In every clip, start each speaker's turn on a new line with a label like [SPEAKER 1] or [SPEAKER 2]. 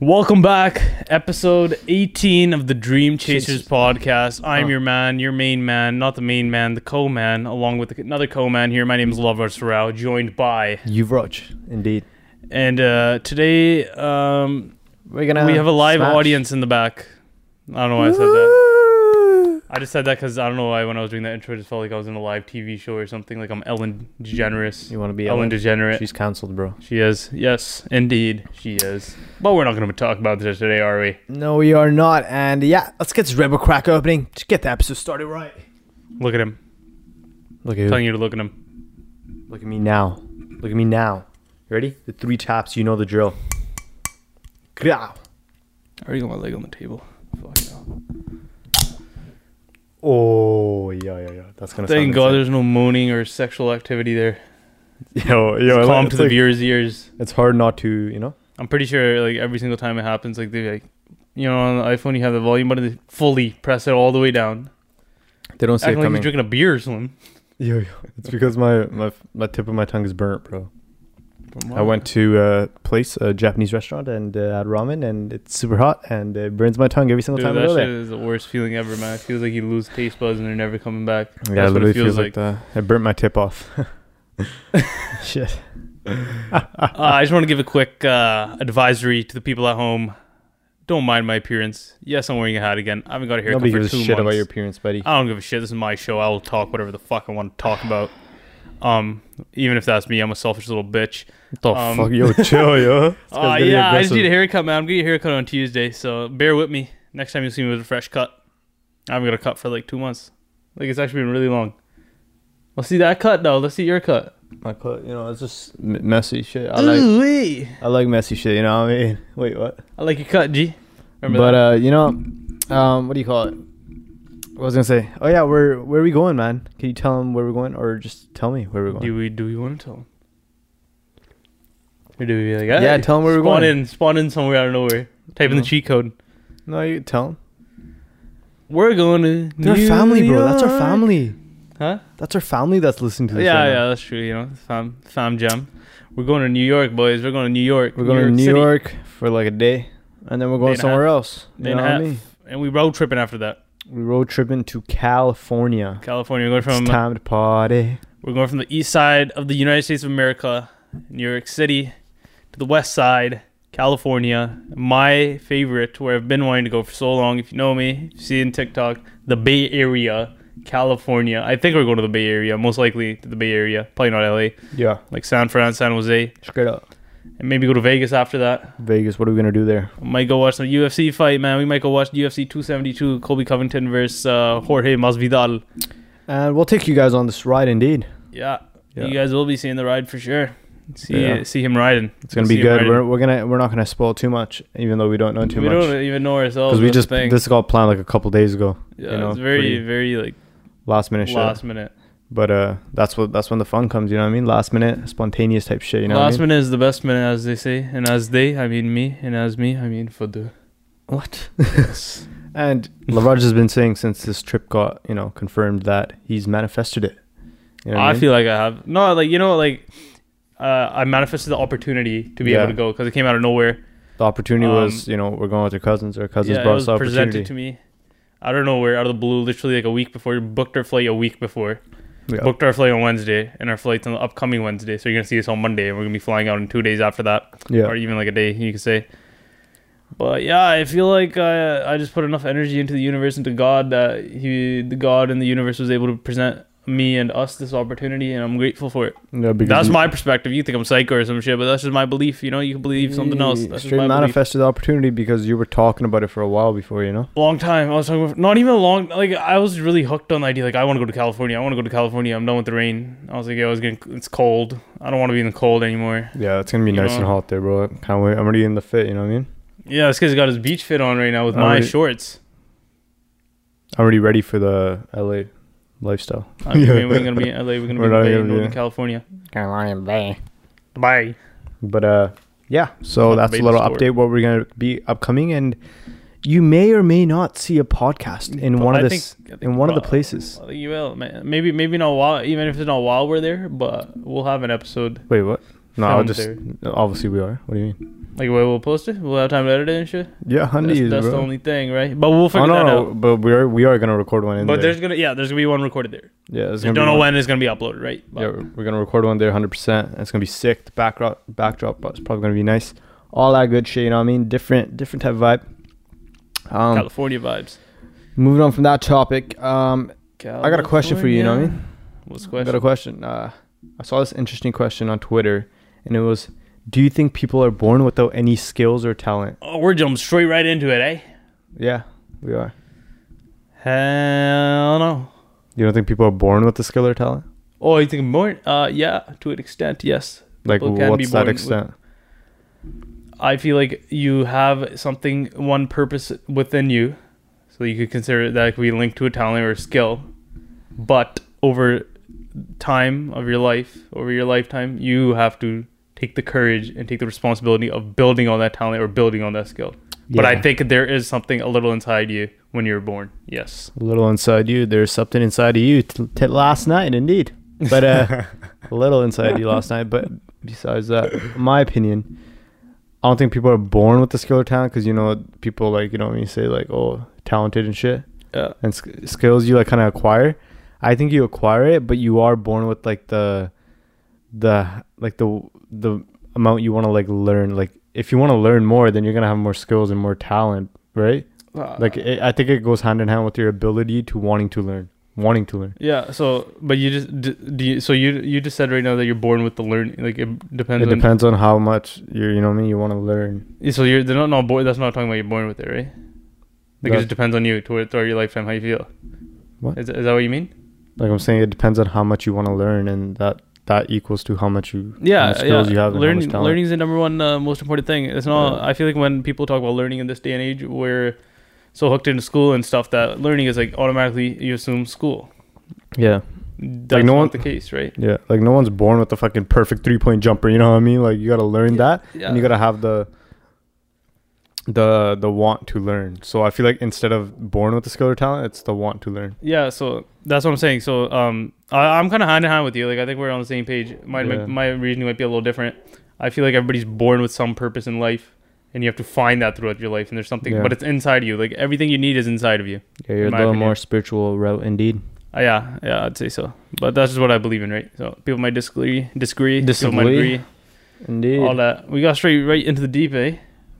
[SPEAKER 1] Welcome back, episode 18 of the Dream Chasers podcast.
[SPEAKER 2] Oh.
[SPEAKER 1] I'm your man, your main man, not the main man, the co-man, along with another co-man here. My name is Lovar Sarau, joined by,
[SPEAKER 2] You've roach, indeed.
[SPEAKER 1] and uh, today um,
[SPEAKER 2] We're gonna.
[SPEAKER 1] we have a live
[SPEAKER 2] smash.
[SPEAKER 1] audience in the back. I don't know why I said that. I just said that because I don't know why when I was doing that intro, I just felt like I was in a live TV show or something. Like I'm Ellen DeGeneres.
[SPEAKER 2] You want to be
[SPEAKER 1] Ellen
[SPEAKER 2] Ellen?
[SPEAKER 1] DeGeneres.
[SPEAKER 2] She's cancelled, bro.
[SPEAKER 1] She is. Yes, indeed, she is. But we're not going to talk about this today, are we?
[SPEAKER 2] No, we are not. And yeah, let's get this rebel crack opening. Just get the episode started right.
[SPEAKER 1] Look at him.
[SPEAKER 2] Look at
[SPEAKER 1] telling you to look at him.
[SPEAKER 2] Look at me now. Look at me now. You ready? The three taps. You know the drill. Growl.
[SPEAKER 1] I already got my leg on the table. Fuck no.
[SPEAKER 2] Oh yeah, yeah, yeah. That's gonna.
[SPEAKER 1] Thank God
[SPEAKER 2] sound
[SPEAKER 1] there's no moaning or sexual activity there.
[SPEAKER 2] insane. Yo, yo.
[SPEAKER 1] It's
[SPEAKER 2] I
[SPEAKER 1] calm to
[SPEAKER 2] like- it's,
[SPEAKER 1] the
[SPEAKER 2] like,
[SPEAKER 1] viewer's ears.
[SPEAKER 2] it's hard not to, you know.
[SPEAKER 1] I'm pretty sure like every single time it happens, like they like, you know, on the iPhone you have the volume button, they fully press it all the way down.
[SPEAKER 2] They don't see
[SPEAKER 1] Acting
[SPEAKER 2] it
[SPEAKER 1] like
[SPEAKER 2] coming.
[SPEAKER 1] you're drinking a beer or something.
[SPEAKER 2] yo, yo. It's because my my my tip of my tongue is burnt, bro. I went to a place, a Japanese restaurant, and uh, had ramen, and it's super hot, and it burns my tongue every single
[SPEAKER 1] Dude,
[SPEAKER 2] time I
[SPEAKER 1] that shit
[SPEAKER 2] go there.
[SPEAKER 1] is the worst feeling ever, man. It feels like you lose taste buds and they're never coming back. That's
[SPEAKER 2] Yeah, it
[SPEAKER 1] what
[SPEAKER 2] literally
[SPEAKER 1] it feels
[SPEAKER 2] feels, like, that. I burnt my tip off. Shit.
[SPEAKER 1] uh, I just want to give a quick uh, advisory to the people at home. Don't mind my appearance. Yes, I'm wearing a hat again. I haven't got a haircut
[SPEAKER 2] Nobody
[SPEAKER 1] for
[SPEAKER 2] gives a
[SPEAKER 1] two
[SPEAKER 2] shit
[SPEAKER 1] months. Uh,
[SPEAKER 2] about your appearance, buddy.
[SPEAKER 1] I don't give a shit. This is my show. I will talk whatever the fuck I want to talk about. Um, even if that's me, I'm a selfish little bitch.
[SPEAKER 2] the
[SPEAKER 1] um,
[SPEAKER 2] fuck, yo, chill, yo. This
[SPEAKER 1] Oh
[SPEAKER 2] guy's getting
[SPEAKER 1] yeah, I just
[SPEAKER 2] aggressive.
[SPEAKER 1] need a haircut, man. I'm getting a haircut on Tuesday, so bear with me. Next time you see me with a fresh cut, I haven't got a cut for like two months. Like it's actually been really long. Let's see that cut though. Let's see your cut.
[SPEAKER 2] My clo- you know, it's just m- messy shit. I like,
[SPEAKER 1] Ooh wee!
[SPEAKER 2] I like messy shit. You know what I mean? Wait, what?
[SPEAKER 1] I like your cut, G. Remember
[SPEAKER 2] but
[SPEAKER 1] that?
[SPEAKER 2] uh, you know, um, what do you call it? What was I gonna say? Oh yeah, where where are we going, man? Can you tell him where we're going, or just tell me where we're going?
[SPEAKER 1] do we do we want to tell him? Or do we be like,
[SPEAKER 2] yeah,
[SPEAKER 1] "Hey,
[SPEAKER 2] tell him where we're
[SPEAKER 1] spawn
[SPEAKER 2] going.
[SPEAKER 1] in, spawn in somewhere out of nowhere. Type in the
[SPEAKER 2] No.
[SPEAKER 1] cheat code.
[SPEAKER 2] No, you tell him.
[SPEAKER 1] We're going to.
[SPEAKER 2] They're
[SPEAKER 1] New
[SPEAKER 2] family, bro. That's our
[SPEAKER 1] York.
[SPEAKER 2] family.
[SPEAKER 1] Huh?
[SPEAKER 2] That's our family that's listening to
[SPEAKER 1] Yeah,
[SPEAKER 2] this.
[SPEAKER 1] yeah,
[SPEAKER 2] right now.
[SPEAKER 1] that's true. You know, fam, fam jam. We're going to New York, boys. We're going to New York.
[SPEAKER 2] We're going to New
[SPEAKER 1] City.
[SPEAKER 2] York for like a day, and then we're
[SPEAKER 1] Day
[SPEAKER 2] going
[SPEAKER 1] and a
[SPEAKER 2] somewhere else. You
[SPEAKER 1] Day and
[SPEAKER 2] know
[SPEAKER 1] a
[SPEAKER 2] what I
[SPEAKER 1] half.
[SPEAKER 2] mean?
[SPEAKER 1] And we road tripping after that.
[SPEAKER 2] We road tripping to California.
[SPEAKER 1] California. We're going
[SPEAKER 2] it's
[SPEAKER 1] from uh,
[SPEAKER 2] time to party.
[SPEAKER 1] we're going from the east side of the United States of America, New York City, to the west side, California. My favorite, where I've been wanting to go for so long. If you know me, if you see it in TikTok, the Bay Area, California. I think we're going to the Bay Area, most likely to the Bay Area. Probably not LA.
[SPEAKER 2] Yeah,
[SPEAKER 1] like San Fran, San Jose,
[SPEAKER 2] straight up.
[SPEAKER 1] and maybe go to Vegas after that.
[SPEAKER 2] Vegas. What are we gonna do there?
[SPEAKER 1] I might go watch some UFC fight, man. We might go watch UFC 272, Kobe Covington versus uh, Jorge Masvidal.
[SPEAKER 2] And Uh, we'll take you guys on this ride. Indeed,
[SPEAKER 1] Yeah,
[SPEAKER 2] Yeah.
[SPEAKER 1] you guys will be seeing the ride for sure. See,
[SPEAKER 2] Yeah.
[SPEAKER 1] see him riding.
[SPEAKER 2] it's gonna be good. We're, we're gonna we're not gonna spoil too much, even though we don't know too
[SPEAKER 1] we
[SPEAKER 2] much.
[SPEAKER 1] don't even know ourselves.
[SPEAKER 2] Because we
[SPEAKER 1] that's
[SPEAKER 2] just
[SPEAKER 1] the thing.
[SPEAKER 2] this is all planned like a couple days ago,
[SPEAKER 1] yeah,
[SPEAKER 2] you know,
[SPEAKER 1] it's very,
[SPEAKER 2] pretty
[SPEAKER 1] very like
[SPEAKER 2] last minute shit.
[SPEAKER 1] last minute.
[SPEAKER 2] But uh, that's what that's when the fun comes. You know what I mean? Last minute, spontaneous type shit. You know
[SPEAKER 1] last
[SPEAKER 2] what I mean?
[SPEAKER 1] minute is the best minute, as they say, and as they, I mean me, and as me, I mean Fadu.
[SPEAKER 2] What?
[SPEAKER 1] Yes.
[SPEAKER 2] And Lavarge has been saying since this trip got, you know, confirmed that he's manifested it. You know what
[SPEAKER 1] I
[SPEAKER 2] mean?
[SPEAKER 1] feel like I have no, like you know, like uh, I manifested the opportunity to be
[SPEAKER 2] Yeah.
[SPEAKER 1] able to go because it came out of nowhere.
[SPEAKER 2] the opportunity
[SPEAKER 1] um,
[SPEAKER 2] was, you know, we're going with our cousins. Our cousins
[SPEAKER 1] yeah, it
[SPEAKER 2] brought
[SPEAKER 1] was
[SPEAKER 2] us the opportunity.
[SPEAKER 1] presented to me. I don't know where out of the blue, literally like a week before. Booked our flight a week before.
[SPEAKER 2] Yeah.
[SPEAKER 1] Booked our flight on Wednesday, and our flight's on the upcoming Wednesday. So you're gonna see us on Monday, and we're gonna be flying out in two days after that,
[SPEAKER 2] yeah.
[SPEAKER 1] or even like a day, you could say. But yeah, I feel like uh, I just put enough energy into the universe, into God, that He, the God and the universe, was able to present me and us this opportunity, and I'm grateful for it.
[SPEAKER 2] No, because
[SPEAKER 1] That's
[SPEAKER 2] you-
[SPEAKER 1] my perspective. You think I'm psycho or some shit, but that's just my belief. You know, you can believe something else.
[SPEAKER 2] you
[SPEAKER 1] That's just
[SPEAKER 2] Straight
[SPEAKER 1] my belief.
[SPEAKER 2] manifested the opportunity because you were talking about it for a while before, you know?
[SPEAKER 1] long time. I was talking about, not even a long. Like I was really hooked on the idea. Like I want to go to California. I want to go to California. I'm done with the rain. I was like, yeah, I was getting. It's cold. I don't want to be in the cold anymore.
[SPEAKER 2] Yeah, it's gonna be
[SPEAKER 1] You
[SPEAKER 2] nice
[SPEAKER 1] know?
[SPEAKER 2] and hot there, bro. Can't wait. I'm already in the fit. You know what I mean?
[SPEAKER 1] Yeah, this kid's got his beach fit on right now with
[SPEAKER 2] I
[SPEAKER 1] my
[SPEAKER 2] already-
[SPEAKER 1] shorts.
[SPEAKER 2] I'm already ready for the LA lifestyle.
[SPEAKER 1] I mean,
[SPEAKER 2] Yeah.
[SPEAKER 1] We're gonna be in LA. We're gonna
[SPEAKER 2] We're
[SPEAKER 1] be
[SPEAKER 2] not
[SPEAKER 1] in Bay,
[SPEAKER 2] gonna be-
[SPEAKER 1] Northern California.
[SPEAKER 3] Carolina Bay.
[SPEAKER 1] Bye.
[SPEAKER 2] But uh, yeah. So
[SPEAKER 1] Not
[SPEAKER 2] that's a
[SPEAKER 1] baby
[SPEAKER 2] little
[SPEAKER 1] story.
[SPEAKER 2] update what we're gonna be upcoming, and you may or may not see a podcast in
[SPEAKER 1] But
[SPEAKER 2] one
[SPEAKER 1] I
[SPEAKER 2] of the
[SPEAKER 1] think-
[SPEAKER 2] s-
[SPEAKER 1] I think
[SPEAKER 2] in one of the
[SPEAKER 1] prob-
[SPEAKER 2] places.
[SPEAKER 1] I think you will. man. Maybe maybe not while even if it's not while we're there, but we'll have an episode.
[SPEAKER 2] Wait, what? No, I'll
[SPEAKER 1] Film
[SPEAKER 2] just
[SPEAKER 1] theory.
[SPEAKER 2] obviously we are. What do you mean?
[SPEAKER 1] Like, wait, we'll post it. We'll have time to edit it and shit.
[SPEAKER 2] Yeah,
[SPEAKER 1] That's,
[SPEAKER 2] honey.
[SPEAKER 1] that's
[SPEAKER 2] bro.
[SPEAKER 1] the only thing, right? But we'll
[SPEAKER 2] Oh
[SPEAKER 1] figure that
[SPEAKER 2] no,
[SPEAKER 1] out.
[SPEAKER 2] no, but we are we are gonna record one in
[SPEAKER 1] But
[SPEAKER 2] there.
[SPEAKER 1] there's gonna yeah, there's gonna be one recorded there.
[SPEAKER 2] yeah, there's
[SPEAKER 1] I
[SPEAKER 2] gonna
[SPEAKER 1] don't
[SPEAKER 2] be
[SPEAKER 1] know
[SPEAKER 2] one.
[SPEAKER 1] when it's gonna be uploaded, right? But
[SPEAKER 2] Yeah, we're, we're gonna record one there, hundred percent. It's gonna be sick. The backdrop, backdrop, but it's probably gonna be nice. All that good shit. You know what I mean? Different, different type of vibe. Um,
[SPEAKER 1] California vibes.
[SPEAKER 2] moving on from that topic. Um, I got a question for you. You know what I mean?
[SPEAKER 1] What's the
[SPEAKER 2] I got
[SPEAKER 1] question?
[SPEAKER 2] a question. Uh, I saw this interesting question on Twitter, and it was, "Do you think people are born without any skills or talent?"
[SPEAKER 1] Oh, we're jumping straight right into it, eh?
[SPEAKER 2] Yeah, we are.
[SPEAKER 1] Hell no.
[SPEAKER 2] You don't think people are born with the skill or talent?
[SPEAKER 1] Oh, you think born? Uh, yeah, to an extent, yes.
[SPEAKER 2] Like,
[SPEAKER 1] People can be
[SPEAKER 2] what's that
[SPEAKER 1] born with-
[SPEAKER 2] extent?
[SPEAKER 1] I feel like you have something, one purpose within you, so you could consider that could be linked to a talent or a skill. But over time of your life, over your lifetime, you have to take the courage and take the responsibility of building on that talent or building on that skill. But I
[SPEAKER 2] Yeah.
[SPEAKER 1] think there is something a little inside you when you're born. Yes.
[SPEAKER 2] A little inside you. There's something inside of you t- t- last night, indeed. But uh, a little inside you last night. But besides that, my opinion, I don't think people are born with the skill or talent because you know people like you know when you say like oh talented and shit
[SPEAKER 1] Yeah.
[SPEAKER 2] and sk- skills you like kind of acquire. I think you acquire it, but you are born with like the the like the the amount you want to like learn. Like if you want to learn more, then you're gonna have more skills and more talent, right?
[SPEAKER 1] Uh,
[SPEAKER 2] like it, i think it goes hand in hand with your ability to wanting to learn wanting to learn
[SPEAKER 1] Yeah. So, but you just d- do. You, so you you just said right now that you're born with the learn. Like it depends.
[SPEAKER 2] it depends on how much you you know what i mean you want to learn
[SPEAKER 1] On, so you're they're not not born. That's not talking about you're born with it, right? Like it
[SPEAKER 2] That-
[SPEAKER 1] just depends on you toward, throughout your lifetime how you feel.
[SPEAKER 2] What?
[SPEAKER 1] is is that? What you mean?
[SPEAKER 2] like i'm saying it depends on how much you want to learn and that that equals to how much you how
[SPEAKER 1] Yeah.
[SPEAKER 2] much skills
[SPEAKER 1] yeah.
[SPEAKER 2] you have and how
[SPEAKER 1] learning
[SPEAKER 2] much talent.
[SPEAKER 1] learning is the number one uh, most important thing. It's not.
[SPEAKER 2] Yeah.
[SPEAKER 1] I feel like when people talk about learning in this day and age, we're so hooked into school and stuff that learning is like automatically you assume school.
[SPEAKER 2] yeah
[SPEAKER 1] That's
[SPEAKER 2] no
[SPEAKER 1] not
[SPEAKER 2] one-
[SPEAKER 1] the case, right?
[SPEAKER 2] yeah like no one's born with a fucking perfect three-point jumper you know what i mean like you gotta learn that
[SPEAKER 1] Yeah.
[SPEAKER 2] and you gotta have the the the want to learn so i feel like instead of born with the skill or talent it's the want to learn
[SPEAKER 1] Yeah, so that's what I'm saying. So um, I, I'm kind of hand in hand with you. Like I think we're on the same page. My my,
[SPEAKER 2] Yeah.
[SPEAKER 1] my reasoning might be a little different. I feel like everybody's born with some purpose in life, and you have to find that throughout your life. And there's something,
[SPEAKER 2] Yeah.
[SPEAKER 1] but it's inside you. Like everything you need is inside of you.
[SPEAKER 2] yeah
[SPEAKER 1] you're In my a little opinion. more
[SPEAKER 2] spiritual route indeed
[SPEAKER 1] Uh, yeah, yeah, I'd say so. But that's just what I believe in, right? So people might disagree, disagree, People might
[SPEAKER 2] Disagree.
[SPEAKER 1] agree,
[SPEAKER 2] indeed
[SPEAKER 1] all that. We got straight right into the deep, eh?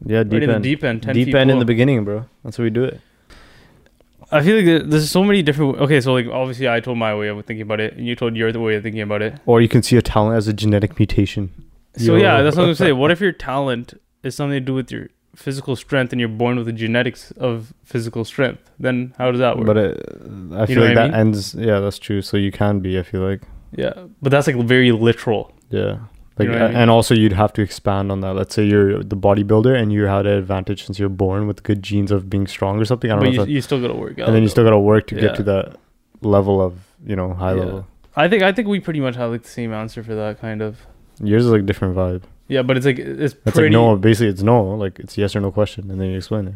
[SPEAKER 2] yeah
[SPEAKER 1] right
[SPEAKER 2] deep
[SPEAKER 1] in the
[SPEAKER 2] end
[SPEAKER 1] deep end, ten
[SPEAKER 2] deep
[SPEAKER 1] feet
[SPEAKER 2] end in
[SPEAKER 1] below.
[SPEAKER 2] the beginning, bro. That's how we do it.
[SPEAKER 1] I feel like there- there's so many different. Okay, so like obviously I told my way of thinking about it, and you told your way of thinking about it.
[SPEAKER 2] Or you can see a talent as a genetic mutation.
[SPEAKER 1] So
[SPEAKER 2] Yo.
[SPEAKER 1] yeah, that's what I'm gonna say. What if your talent is something to do with your physical strength, and you're born with the genetics of physical strength? Then how does that work?
[SPEAKER 2] But it, I feel
[SPEAKER 1] what I
[SPEAKER 2] like that
[SPEAKER 1] mean?
[SPEAKER 2] ends. Yeah, that's true. So you can be. I feel like.
[SPEAKER 1] yeah, but that's like very literal.
[SPEAKER 2] Yeah. Like,
[SPEAKER 1] know what I
[SPEAKER 2] a-
[SPEAKER 1] mean?
[SPEAKER 2] and also you'd have to expand on that. Let's say you're the bodybuilder and you had an advantage since you're born with good genes of being strong or something. I don't
[SPEAKER 1] But
[SPEAKER 2] know.
[SPEAKER 1] you,
[SPEAKER 2] if that,
[SPEAKER 1] you still gotta work out.
[SPEAKER 2] and then you still gotta work to
[SPEAKER 1] Yeah.
[SPEAKER 2] get to that level of you know high
[SPEAKER 1] Yeah.
[SPEAKER 2] level.
[SPEAKER 1] I think I think we pretty much have like the same answer for that kind of.
[SPEAKER 2] Yours is like different vibe.
[SPEAKER 1] Yeah, but it's like it's
[SPEAKER 2] That's
[SPEAKER 1] pretty.
[SPEAKER 2] like no. Basically, it's no. Like it's yes or no question, and then you explain it.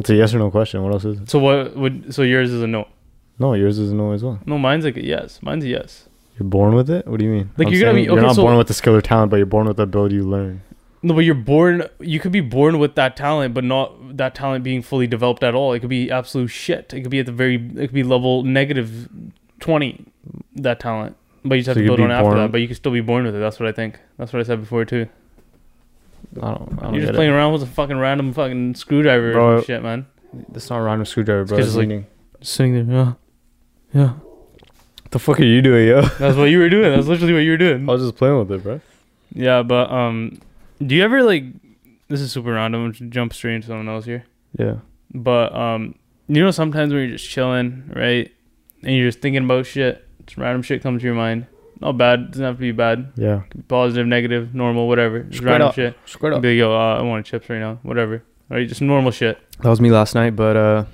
[SPEAKER 2] It's a yes or no question. What else is it?
[SPEAKER 1] So what would so yours is a no?
[SPEAKER 2] No, yours is no as well.
[SPEAKER 1] No, mine's like a yes. Mine's a yes.
[SPEAKER 2] You're born with it? What do you mean?
[SPEAKER 1] Like, you're gonna
[SPEAKER 2] saying
[SPEAKER 1] be- okay,
[SPEAKER 2] you're not
[SPEAKER 1] so-
[SPEAKER 2] born with the skill or talent, but you're born with the ability to learn.
[SPEAKER 1] No, but you're born. You could be born with that talent, but not that talent being fully developed at all. It could be absolute shit. It could be at the very. It could be level negative twenty. That talent, but you just have
[SPEAKER 2] So
[SPEAKER 1] to
[SPEAKER 2] you
[SPEAKER 1] build
[SPEAKER 2] could
[SPEAKER 1] on
[SPEAKER 2] be
[SPEAKER 1] after
[SPEAKER 2] born-
[SPEAKER 1] that. But you can still be born with it. That's what I think. That's what I said before too.
[SPEAKER 2] I don't. I don't
[SPEAKER 1] You're
[SPEAKER 2] get
[SPEAKER 1] just playing
[SPEAKER 2] it.
[SPEAKER 1] around with a fucking random fucking screwdriver
[SPEAKER 2] Bro,
[SPEAKER 1] or some shit, man.
[SPEAKER 2] That's not random screwdriver, bro.
[SPEAKER 1] 'cause
[SPEAKER 2] It's
[SPEAKER 1] it's like-
[SPEAKER 2] meaning.
[SPEAKER 1] Just sitting there, yeah, yeah.
[SPEAKER 2] What the fuck are you doing, yo?
[SPEAKER 1] That's what you were doing. That's literally what you were doing.
[SPEAKER 2] I was just playing with it, bro.
[SPEAKER 1] Yeah, but um, do you ever like? This is super random. I'm gonna Jump straight into something else here.
[SPEAKER 2] Yeah.
[SPEAKER 1] But um, you know, sometimes when you're just chilling, right, and you're just thinking about shit, just random shit comes to your mind. Not bad. Doesn't have to be bad.
[SPEAKER 2] Yeah.
[SPEAKER 1] Positive, negative, normal, whatever. Just
[SPEAKER 2] Straight
[SPEAKER 1] random
[SPEAKER 2] up.
[SPEAKER 1] shit.
[SPEAKER 2] Squared
[SPEAKER 1] Be like, yo, uh, I want chips right now. Whatever. Right, just normal shit.
[SPEAKER 2] That was me last night, but uh,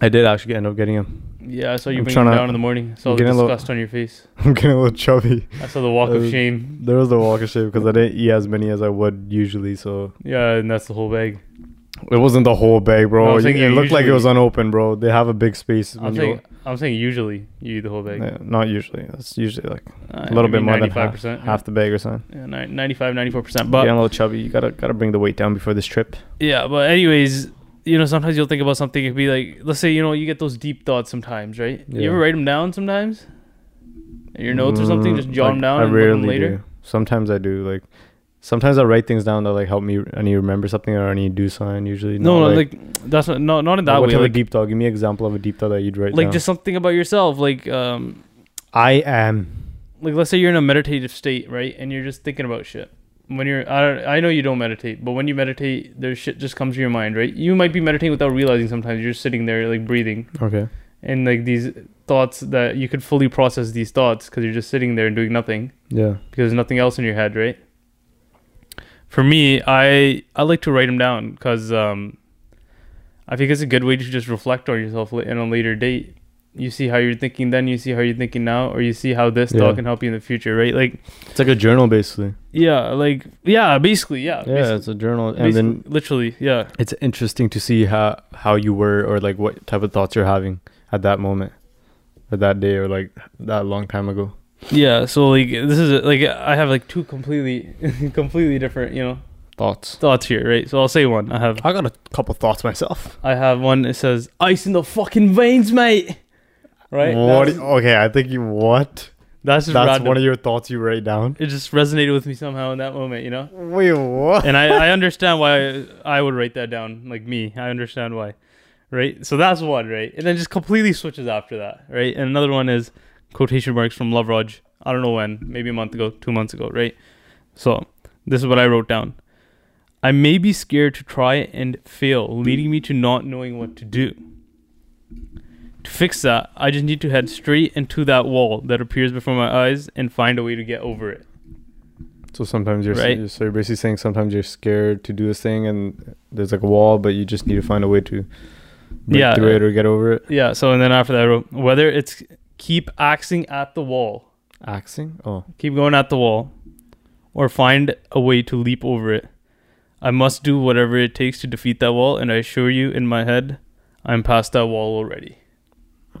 [SPEAKER 2] I did actually end up getting him.
[SPEAKER 1] Yeah, I saw you
[SPEAKER 2] I'm
[SPEAKER 1] bring them
[SPEAKER 2] trying to-
[SPEAKER 1] down in the morning. I saw
[SPEAKER 2] I'm
[SPEAKER 1] the
[SPEAKER 2] getting a little-
[SPEAKER 1] disgust on your face.
[SPEAKER 2] I'm getting a little chubby.
[SPEAKER 1] I saw the walk of
[SPEAKER 2] Uh,
[SPEAKER 1] shame.
[SPEAKER 2] There was the walk of shame because I didn't eat as many as I would usually. So
[SPEAKER 1] Yeah, and that's the whole bag.
[SPEAKER 2] It wasn't the whole
[SPEAKER 1] No, I
[SPEAKER 2] bag, bro.
[SPEAKER 1] was
[SPEAKER 2] You-
[SPEAKER 1] thinking
[SPEAKER 2] it looked like it
[SPEAKER 1] usually-
[SPEAKER 2] was unopened, bro. They have a big space.
[SPEAKER 1] I'm
[SPEAKER 2] When you,
[SPEAKER 1] saying I'm saying usually you eat the whole bag.
[SPEAKER 2] Yeah, not usually. That's usually like
[SPEAKER 1] Uh,
[SPEAKER 2] a little bit
[SPEAKER 1] maybe
[SPEAKER 2] more than
[SPEAKER 1] 95%,
[SPEAKER 2] half,
[SPEAKER 1] yeah.
[SPEAKER 2] half the bag or something.
[SPEAKER 1] Yeah, ni- 95, 94%. But
[SPEAKER 2] Getting a little chubby. You gotta gotta bring the weight down before this trip.
[SPEAKER 1] Yeah, but anyways, you know, sometimes you'll think about something. It'd be like, let's say, you know, you get those deep thoughts sometimes, right? You
[SPEAKER 2] Yeah.
[SPEAKER 1] ever write them down sometimes? In your notes or something,
[SPEAKER 2] Mm,
[SPEAKER 1] just jot
[SPEAKER 2] like,
[SPEAKER 1] them down and look 'em later.
[SPEAKER 2] do. Sometimes I do. Like sometimes I write things down that like help me. I need to remember something or I need to do something. Usually,
[SPEAKER 1] No,
[SPEAKER 2] not,
[SPEAKER 1] no, like, that's not no, not in that
[SPEAKER 2] what
[SPEAKER 1] way.
[SPEAKER 2] type
[SPEAKER 1] Like,
[SPEAKER 2] of deep thought? Give me an example of a deep thought that you'd write.
[SPEAKER 1] like
[SPEAKER 2] down.
[SPEAKER 1] just something about yourself. Like, um,
[SPEAKER 2] I am.
[SPEAKER 1] like let's say you're in a meditative state, right? And you're just thinking about shit. When you're, I don't, I know you don't meditate, but when you meditate, there's shit just comes to your mind, right? You might be meditating without realizing. Sometimes you're just sitting there, like breathing.
[SPEAKER 2] Okay.
[SPEAKER 1] and like these thoughts that you could fully process these thoughts because you're just sitting there and doing nothing
[SPEAKER 2] Yeah.
[SPEAKER 1] because there's nothing else in your head, right? For me, I I like to write them down because um, I think it's a good way to just reflect on yourself la- in a later date. You see how you're thinking then, you see how you're thinking now, or you see how this
[SPEAKER 2] Yeah.
[SPEAKER 1] thought can help you in the future, right? Like,
[SPEAKER 2] It's like a journal, basically.
[SPEAKER 1] yeah, like yeah, basically, yeah,
[SPEAKER 2] Yeah,
[SPEAKER 1] Uh, basi-
[SPEAKER 2] it's a journal, and
[SPEAKER 1] basi-
[SPEAKER 2] then
[SPEAKER 1] literally, yeah,
[SPEAKER 2] it's interesting to see how how you were or like what type of thoughts you're having at that moment, or that day, or like that long time ago.
[SPEAKER 1] yeah. So like, this is like I have like two completely, completely different, you know,
[SPEAKER 2] Thoughts.
[SPEAKER 1] thoughts here, right? So I'll say one. I have
[SPEAKER 2] I got a couple thoughts myself.
[SPEAKER 1] I have one that says ice in the fucking veins, mate. Right?
[SPEAKER 2] What?
[SPEAKER 1] That's,
[SPEAKER 2] okay, I think you what?
[SPEAKER 1] that's,
[SPEAKER 2] That's one of your thoughts you write down.
[SPEAKER 1] it just resonated with me somehow in that moment, you know?
[SPEAKER 2] Wait, what?
[SPEAKER 1] And I, I understand why I would write that down, like me. I understand why. Right? So that's one, right? And then just completely switches after that, right? And another one is quotation marks from Love Raj. I don't know when, maybe a month ago, two months ago, right? So this is what I wrote down. I may be scared to try and fail, leading me to not knowing what to do. To fix that, I just need to head straight into that wall that appears before my eyes and find a way to get over it.
[SPEAKER 2] So sometimes you're
[SPEAKER 1] Right.
[SPEAKER 2] so you're basically saying sometimes you're scared to do this thing, and there's like a wall, but you just need to find a way to break
[SPEAKER 1] Yeah.
[SPEAKER 2] through it or get over it.
[SPEAKER 1] Yeah, so and then after that, I wrote, whether it's keep axing at the wall,
[SPEAKER 2] Axing. Oh,
[SPEAKER 1] keep going at the wall, or find a way to leap over it, I must do whatever it takes to defeat that wall, and I assure you, in my head, I'm past that wall already.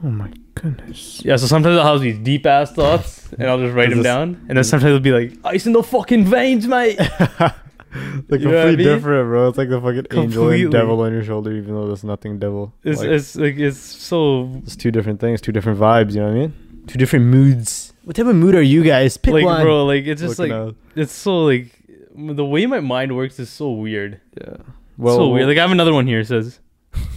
[SPEAKER 2] oh my goodness.
[SPEAKER 1] Yeah, so sometimes I'll have these deep ass thoughts, and I'll just write them
[SPEAKER 2] Is this-
[SPEAKER 1] down, and then sometimes it'll be like, ice in the fucking veins, mate!
[SPEAKER 2] Like
[SPEAKER 1] You know what I
[SPEAKER 2] completely
[SPEAKER 1] mean?
[SPEAKER 2] different, bro. It's like the fucking angel
[SPEAKER 1] Completely.
[SPEAKER 2] and devil on your shoulder, even though there's nothing devil.
[SPEAKER 1] It's,
[SPEAKER 2] like,
[SPEAKER 1] it's like, it's so.
[SPEAKER 2] it's two different things, two different vibes. You know what I mean? Two different moods. What type of mood are you guys?
[SPEAKER 1] like, bro, like, it's just
[SPEAKER 2] Looking
[SPEAKER 1] like,
[SPEAKER 2] out.
[SPEAKER 1] it's so, like, the way my mind works is so weird.
[SPEAKER 2] yeah.
[SPEAKER 1] Well,
[SPEAKER 2] Well,
[SPEAKER 1] so weird. Like, I have another one here. It says,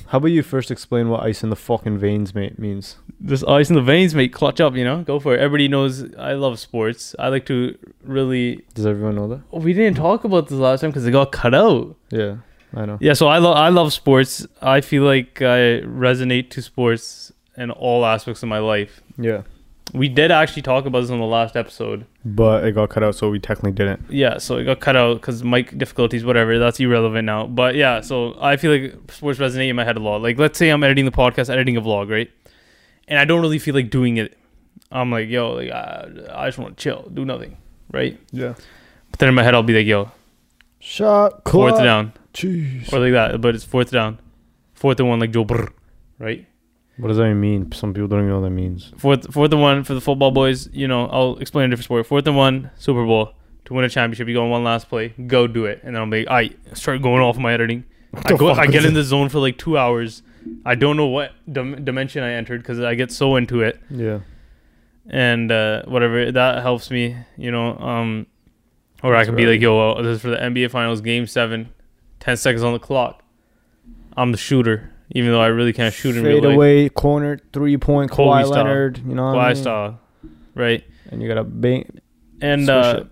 [SPEAKER 2] how about you first explain what ice in the fucking veins mate means?
[SPEAKER 1] this ice in the veins, mate. Clutch up, you know. Go for it. Everybody knows I love sports. I like to really.
[SPEAKER 2] Does everyone know that?
[SPEAKER 1] Oh, we didn't talk about this last time because it got cut out.
[SPEAKER 2] Yeah, I know.
[SPEAKER 1] Yeah, so I love I love sports. I feel like I resonate to sports in all aspects of my life.
[SPEAKER 2] Yeah,
[SPEAKER 1] We did actually talk about this on the last episode.
[SPEAKER 2] but it got cut out, so we technically didn't.
[SPEAKER 1] Yeah, so it got cut out because mic difficulties, whatever. That's irrelevant now. But yeah, so I feel like sports resonate in my head a lot. Like, let's say I'm editing the podcast, editing a vlog, right? And I don't really feel like doing it. I'm like, yo, like I, I just want to chill, do nothing, right?
[SPEAKER 2] Yeah.
[SPEAKER 1] But then in my head, I'll be like, yo,
[SPEAKER 2] Shot
[SPEAKER 1] fourth
[SPEAKER 2] clock.
[SPEAKER 1] down,
[SPEAKER 2] Jeez.
[SPEAKER 1] or like that. But it's fourth down, fourth and one, like Joe, Burr, right?
[SPEAKER 2] What does that even mean? Some people don't even know what that means.
[SPEAKER 1] Fourth, fourth and one for the football boys. You know, I'll explain a different sport. Fourth and one, Super Bowl to win a championship. You go on one last play, go do it, and then I'm like, I start going off my editing. I
[SPEAKER 2] the
[SPEAKER 1] go,
[SPEAKER 2] fuck
[SPEAKER 1] I
[SPEAKER 2] is
[SPEAKER 1] get in
[SPEAKER 2] it?
[SPEAKER 1] the zone for like two hours. I don't know what dim- dimension I entered because I get so into it,
[SPEAKER 2] Yeah.
[SPEAKER 1] and uh, whatever that helps me, you know. Um, or I
[SPEAKER 2] That's
[SPEAKER 1] could be
[SPEAKER 2] right.
[SPEAKER 1] like, yo, well, this is for the NBA Finals, Game Seven, 10 seconds on the clock. I'm the shooter, even though I really can't shoot in real
[SPEAKER 2] Fade
[SPEAKER 1] life.
[SPEAKER 2] away, corner, three point,
[SPEAKER 1] Kobe
[SPEAKER 2] Kawhi
[SPEAKER 1] style.
[SPEAKER 2] Leonard. You know, what I
[SPEAKER 1] Why
[SPEAKER 2] mean?
[SPEAKER 1] style, right?
[SPEAKER 2] And you gotta bang
[SPEAKER 1] And
[SPEAKER 2] swish
[SPEAKER 1] uh,
[SPEAKER 2] it.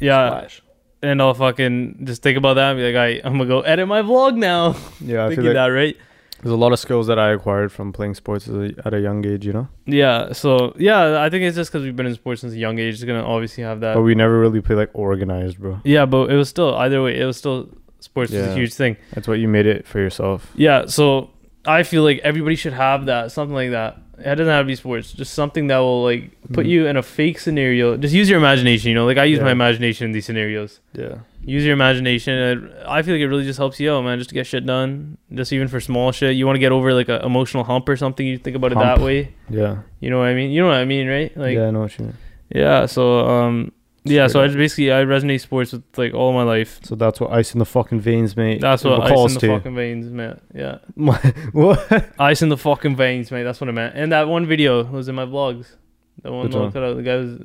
[SPEAKER 1] yeah,
[SPEAKER 2] Splash.
[SPEAKER 1] and I'll fucking just think about that and be like, I, I'm gonna go edit my vlog now.
[SPEAKER 2] yeah. I feel
[SPEAKER 1] Thinking
[SPEAKER 2] like
[SPEAKER 1] that, right?
[SPEAKER 2] there's a lot of skills that I acquired from playing sports as a, at a young age. You know,
[SPEAKER 1] Yeah. So yeah, I think it's just because we've been in sports since a young age. It's gonna obviously have that.
[SPEAKER 2] but we never really play like organized, bro.
[SPEAKER 1] yeah, but it was still either way. It was still sports was a
[SPEAKER 2] Yeah.
[SPEAKER 1] huge thing.
[SPEAKER 2] That's what you made it for yourself.
[SPEAKER 1] Yeah. So I feel like everybody should have that something like that. It doesn't have to be sports. Just something that will like put you in a fake scenario. Just use your imagination. You know, like I use
[SPEAKER 2] Mm-hmm. Yeah.
[SPEAKER 1] my imagination in these scenarios.
[SPEAKER 2] Yeah.
[SPEAKER 1] Use your imagination. It- I feel like it really just helps you out, man. Just to get shit done. Just even for small shit, you want to get over like a emotional hump or something. You think about it
[SPEAKER 2] Hump.
[SPEAKER 1] that way.
[SPEAKER 2] Yeah.
[SPEAKER 1] You know what I mean? You know what I mean, right? Like
[SPEAKER 2] yeah, I know what you mean.
[SPEAKER 1] yeah. So um yeah.
[SPEAKER 2] Straight
[SPEAKER 1] So I
[SPEAKER 2] up.
[SPEAKER 1] just basically I resonate sports with like all my life.
[SPEAKER 2] So that's what ice in the fucking veins, mate.
[SPEAKER 1] That's what ice
[SPEAKER 2] recalls
[SPEAKER 1] in the fucking veins, man. Yeah,
[SPEAKER 2] what?
[SPEAKER 1] ice in the fucking veins, mate. That's what I meant. And that one video was in my vlogs. That one,
[SPEAKER 2] Which
[SPEAKER 1] look at it, the guy was,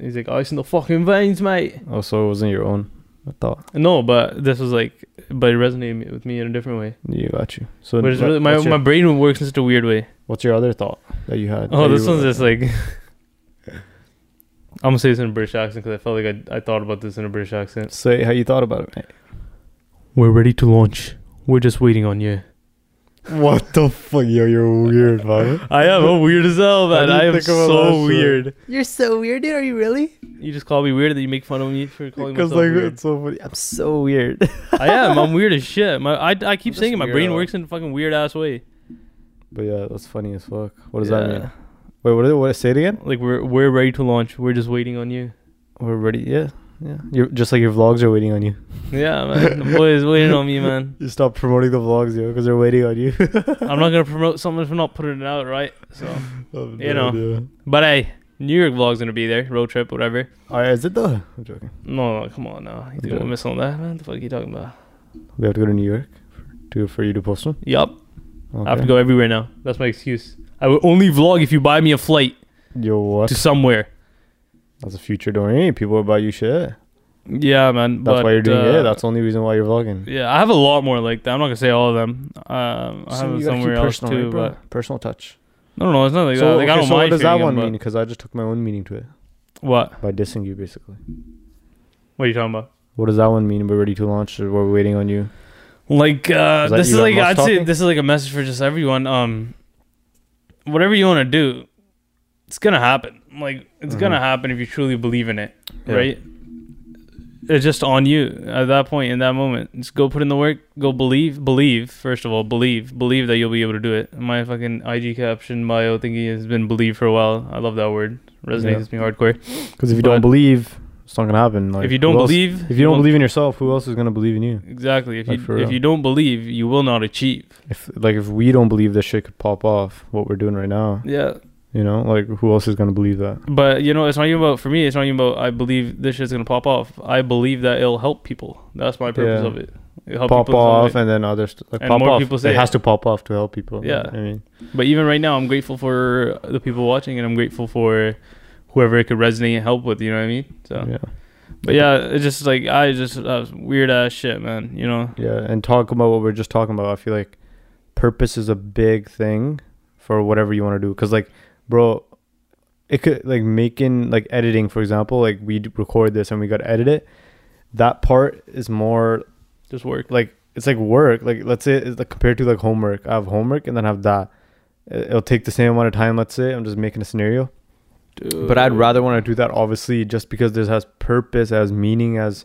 [SPEAKER 1] he's like ice in the fucking veins, mate.
[SPEAKER 2] Oh, so it wasn't your own. I thought.
[SPEAKER 1] No, but this was like, but it resonated with me in a different way.
[SPEAKER 2] You got you. So
[SPEAKER 1] But it's
[SPEAKER 2] what-
[SPEAKER 1] really my
[SPEAKER 2] what's,
[SPEAKER 1] my
[SPEAKER 2] your,
[SPEAKER 1] brain works in such a weird way.
[SPEAKER 2] what's your other thought that you had?
[SPEAKER 1] Oh,
[SPEAKER 2] that
[SPEAKER 1] this
[SPEAKER 2] you-
[SPEAKER 1] one's just like. I'm gonna say this in a British accent because I felt like I, I thought about this in a British accent.
[SPEAKER 2] Say how you thought about it, mate.
[SPEAKER 1] We're ready to launch. We're just waiting on you.
[SPEAKER 2] What the fuck, yo? You're weird, man.
[SPEAKER 1] I am. I'm weird as hell, man.
[SPEAKER 2] How do you
[SPEAKER 1] I am
[SPEAKER 2] think about that
[SPEAKER 1] so
[SPEAKER 2] shit?
[SPEAKER 1] weird.
[SPEAKER 2] You're so weird, dude. Are you really?
[SPEAKER 1] You just call me weird that you make fun of me for calling
[SPEAKER 2] Because
[SPEAKER 1] myself
[SPEAKER 2] like
[SPEAKER 1] weird.
[SPEAKER 2] it's so funny. I'm so weird.
[SPEAKER 1] I am. I'm weird as shit. My I, I keep
[SPEAKER 2] Just
[SPEAKER 1] saying it. My brain
[SPEAKER 2] weirdo.
[SPEAKER 1] works in a fucking weird ass way.
[SPEAKER 2] but yeah, that's funny as fuck. What does that
[SPEAKER 1] Yeah.
[SPEAKER 2] mean? Wait, what? Did, what? Say it again.
[SPEAKER 1] Like we're we're ready to launch. We're just waiting on you.
[SPEAKER 2] We're ready. Yeah, yeah. You're just like your vlogs are waiting on you.
[SPEAKER 1] Yeah, man. The boy is waiting on me, man.
[SPEAKER 2] You stop promoting the vlogs, yo, because they're waiting on you.
[SPEAKER 1] I'm not gonna promote something if I'm not putting it out, right? So, You know.
[SPEAKER 2] know.
[SPEAKER 1] but hey, New York vlog's gonna be there. Road trip, whatever.
[SPEAKER 2] All right, Ah, is it though? I'm joking.
[SPEAKER 1] No, no, come on, now. You think I'm gonna miss on that, man? The fuck are you talking about?
[SPEAKER 2] We have to go to New York to for you to post one.
[SPEAKER 1] Yup. I have to
[SPEAKER 2] Okay.
[SPEAKER 1] go everywhere now. That's my excuse. I will only vlog if you buy me a flight
[SPEAKER 2] Yo, what?
[SPEAKER 1] to somewhere.
[SPEAKER 2] That's a future Dorian. People will buy you shit. That's
[SPEAKER 1] Yeah, man. but,
[SPEAKER 2] why you're doing
[SPEAKER 1] uh,
[SPEAKER 2] it. That's the only reason why you're vlogging.
[SPEAKER 1] Yeah, I have a lot more like that. I'm not gonna say all of them. Um, I
[SPEAKER 2] So
[SPEAKER 1] have them
[SPEAKER 2] you gotta keep
[SPEAKER 1] somewhere else
[SPEAKER 2] personal, right,
[SPEAKER 1] too.
[SPEAKER 2] bro?
[SPEAKER 1] but
[SPEAKER 2] personal touch.
[SPEAKER 1] no, no, no, it's not like that. Like, I
[SPEAKER 2] okay,
[SPEAKER 1] don't
[SPEAKER 2] so
[SPEAKER 1] mind
[SPEAKER 2] what does that
[SPEAKER 1] sharing
[SPEAKER 2] one
[SPEAKER 1] them,
[SPEAKER 2] mean? Because I just took my own meaning to it
[SPEAKER 1] but- What?
[SPEAKER 2] by dissing you, basically.
[SPEAKER 1] What are you talking about?
[SPEAKER 2] What does that one mean? We're ready to launch. Or we're waiting on you.
[SPEAKER 1] Like uh,
[SPEAKER 2] Is that
[SPEAKER 1] this is
[SPEAKER 2] Elon
[SPEAKER 1] like
[SPEAKER 2] Musk
[SPEAKER 1] I'd say
[SPEAKER 2] talking?
[SPEAKER 1] this is like a message for just everyone. Um, whatever you want to do, it's gonna happen. Like it's gonna
[SPEAKER 2] Mhm.
[SPEAKER 1] happen if you truly believe in it,
[SPEAKER 2] Yeah.
[SPEAKER 1] right? It's just on you at that point in that moment. Just go put in the work. Go believe, believe. First of all, believe, believe that you'll be able to do it. My fucking IG caption bio thingy has been believe for a while. I love that word. Resonates
[SPEAKER 2] Yeah.
[SPEAKER 1] with me hardcore.
[SPEAKER 2] Because if you
[SPEAKER 1] But-
[SPEAKER 2] don't believe, it's not gonna happen. Like,
[SPEAKER 1] if you don't
[SPEAKER 2] who else-
[SPEAKER 1] believe,
[SPEAKER 2] if you don't
[SPEAKER 1] will-
[SPEAKER 2] believe in yourself, who else is gonna believe in you?
[SPEAKER 1] exactly. If
[SPEAKER 2] Like,
[SPEAKER 1] you
[SPEAKER 2] for
[SPEAKER 1] if
[SPEAKER 2] real.
[SPEAKER 1] you don't believe, you will not achieve.
[SPEAKER 2] If like if we don't believe this shit could pop off, what we're doing right now,
[SPEAKER 1] Yeah.
[SPEAKER 2] you know, like who else is gonna believe that?
[SPEAKER 1] But you know, it's not even about for me. It's not even about I believe this shit's gonna pop off. I believe that it'll help people. That's my purpose
[SPEAKER 2] Yeah.
[SPEAKER 1] of it. It'll help
[SPEAKER 2] pop
[SPEAKER 1] people in some
[SPEAKER 2] off
[SPEAKER 1] way.
[SPEAKER 2] and then others like
[SPEAKER 1] And
[SPEAKER 2] pop
[SPEAKER 1] more
[SPEAKER 2] off.
[SPEAKER 1] people say
[SPEAKER 2] it
[SPEAKER 1] it.
[SPEAKER 2] has to pop off to help people.
[SPEAKER 1] Yeah.
[SPEAKER 2] I mean,
[SPEAKER 1] But even right now, I'm grateful for the people watching, and I'm grateful for whoever it could resonate and help with. You know what I mean? So,
[SPEAKER 2] yeah,
[SPEAKER 1] but yeah, it's just like I just uh, weird ass shit, man. You know?
[SPEAKER 2] yeah. And talk about what we are just talking about. I feel like purpose is a big thing for whatever you want to do. Cause like, bro, it could like making like editing, for example, like we d- record this and we got to edit it. That part is more
[SPEAKER 1] Just work.
[SPEAKER 2] like it's like work. Like let's say it's like compared to like homework. I have homework and then I have that. It- It'll take the same amount of time. Let's say I'm just making a scenario, but I'd rather want to do that. Obviously, just because this has purpose, as meaning, as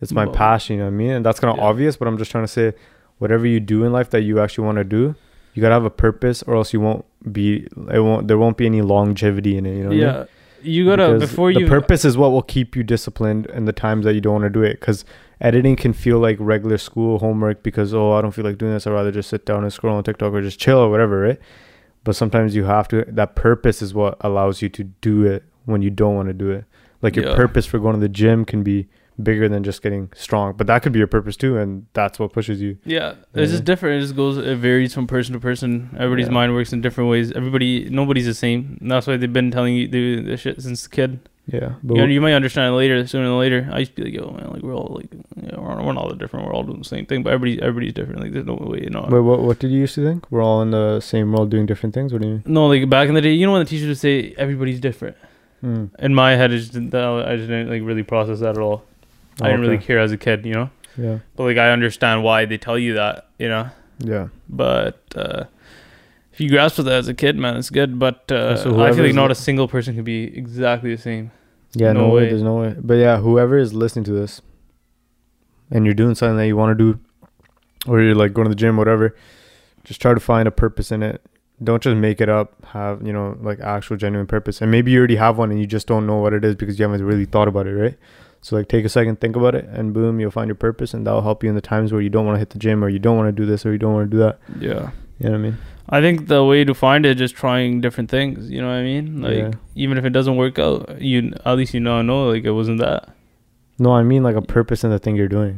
[SPEAKER 2] it's my
[SPEAKER 1] Well,
[SPEAKER 2] passion. You know what I mean? And that's kind of
[SPEAKER 1] yeah.
[SPEAKER 2] obvious. But I'm just trying to say, whatever you do in life that you actually want to do, you gotta have a purpose, or else you won't be. It won't. There won't be any longevity in it. You know? What I mean?
[SPEAKER 1] yeah. You gotta
[SPEAKER 2] Because
[SPEAKER 1] uh, before
[SPEAKER 2] the
[SPEAKER 1] you.
[SPEAKER 2] purpose is what will keep you disciplined in the times that you don't want to do it because editing can feel like regular school homework because oh i don't feel like doing this i'd rather just sit down and scroll on tiktok or just chill or whatever right but sometimes you have to that purpose is what allows you to do it when you don't want to do it like your
[SPEAKER 1] Yeah.
[SPEAKER 2] purpose for going to the gym can be bigger than just getting strong but that could be your purpose too and that's what pushes you
[SPEAKER 1] Yeah, it's
[SPEAKER 2] Yeah.
[SPEAKER 1] just different. It just goes. It varies from person to person. Everybody's
[SPEAKER 2] Yeah.
[SPEAKER 1] mind works in different ways. Everybody, nobody's the same. And that's why they've been telling you do this shit since a kid.
[SPEAKER 2] yeah but
[SPEAKER 1] You, know, you might understand it later, sooner than later. I used to be like, yo, man, like we're all like, you know, we're, we're not all different. We're all doing the same thing, but everybody, everybody's different. Like there's no way, you know.
[SPEAKER 2] wait, what, what did you used to think we're all in the same world doing different things what do you mean
[SPEAKER 1] no, like back in the day, you know when the teachers would say everybody's different.
[SPEAKER 2] Hmm.
[SPEAKER 1] In my head, I just didn't, I just didn't like really process that at all. I didn't really
[SPEAKER 2] Okay.
[SPEAKER 1] care as a kid, you know.
[SPEAKER 2] yeah
[SPEAKER 1] But like I understand why they tell you that, you know.
[SPEAKER 2] yeah
[SPEAKER 1] but uh, if you grasp that as a kid, man, it's good. But uh, I
[SPEAKER 2] so
[SPEAKER 1] feel
[SPEAKER 2] whoever's
[SPEAKER 1] like not
[SPEAKER 2] li-
[SPEAKER 1] a single person can be exactly the same.
[SPEAKER 2] Yeah,
[SPEAKER 1] No
[SPEAKER 2] no, way.
[SPEAKER 1] way.
[SPEAKER 2] There's no way. But yeah, whoever is listening to this, and you're doing something that you want to do, or you're like going to the gym, whatever, just try to find a purpose in it. don't just make it up have you know like actual genuine purpose and maybe you already have one and you just don't know what it is because you haven't really thought about it right so like take a second think about it and boom you'll find your purpose and that'll help you in the times where you don't want to hit the gym or you don't want to do this or you don't want to do that
[SPEAKER 1] Yeah.
[SPEAKER 2] you know what i mean
[SPEAKER 1] I think the way to find it is just trying different things. You know what I mean? Like
[SPEAKER 2] Yeah.
[SPEAKER 1] even if it doesn't work out, you at least you now know like it wasn't that.
[SPEAKER 2] no i mean like a purpose in the thing you're doing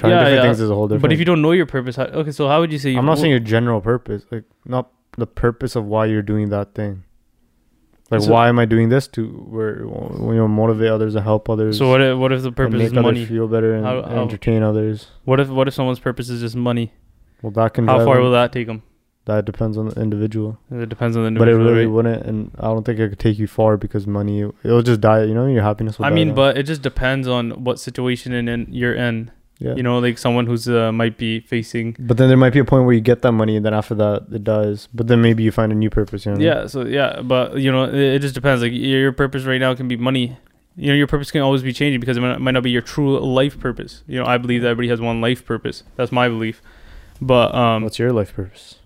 [SPEAKER 2] trying
[SPEAKER 1] Yeah,
[SPEAKER 2] different
[SPEAKER 1] yeah.
[SPEAKER 2] things is a whole different
[SPEAKER 1] But if you don't know your purpose, how, okay. So how would you say? You
[SPEAKER 2] i'm not saying your general purpose like not the purpose of why you're doing that thing like
[SPEAKER 1] So-
[SPEAKER 2] why am i doing this to where you know motivate others and help others
[SPEAKER 1] So what? If, what if the
[SPEAKER 2] and
[SPEAKER 1] purpose is
[SPEAKER 2] make others
[SPEAKER 1] money?
[SPEAKER 2] feel better and,
[SPEAKER 1] How-
[SPEAKER 2] and
[SPEAKER 1] how-
[SPEAKER 2] entertain others
[SPEAKER 1] What if what if someone's purpose is just money?
[SPEAKER 2] well that can
[SPEAKER 1] How
[SPEAKER 2] drive
[SPEAKER 1] far
[SPEAKER 2] them.
[SPEAKER 1] will that take them?
[SPEAKER 2] That depends on the individual.
[SPEAKER 1] It depends on the
[SPEAKER 2] but it
[SPEAKER 1] individual.
[SPEAKER 2] really
[SPEAKER 1] right?
[SPEAKER 2] wouldn't, and I don't think it could take you far because money, it'll just die. You know, your happiness will
[SPEAKER 1] I
[SPEAKER 2] die
[SPEAKER 1] mean,
[SPEAKER 2] down.
[SPEAKER 1] but it just depends on what situation and in, you're in.
[SPEAKER 2] yeah.
[SPEAKER 1] You know, like someone who's uh, might be facing.
[SPEAKER 2] But then there might be a point where you get that money, and then after that, it dies. But then maybe you find a new purpose. You know? what I mean?
[SPEAKER 1] Yeah. So yeah, but you know, it, it just depends. Like your your purpose right now can be money. You know, your purpose can always be changing because it might not, might not be your true life purpose. You know, I believe that everybody has one life purpose. That's my belief. But um,
[SPEAKER 2] What's your life purpose?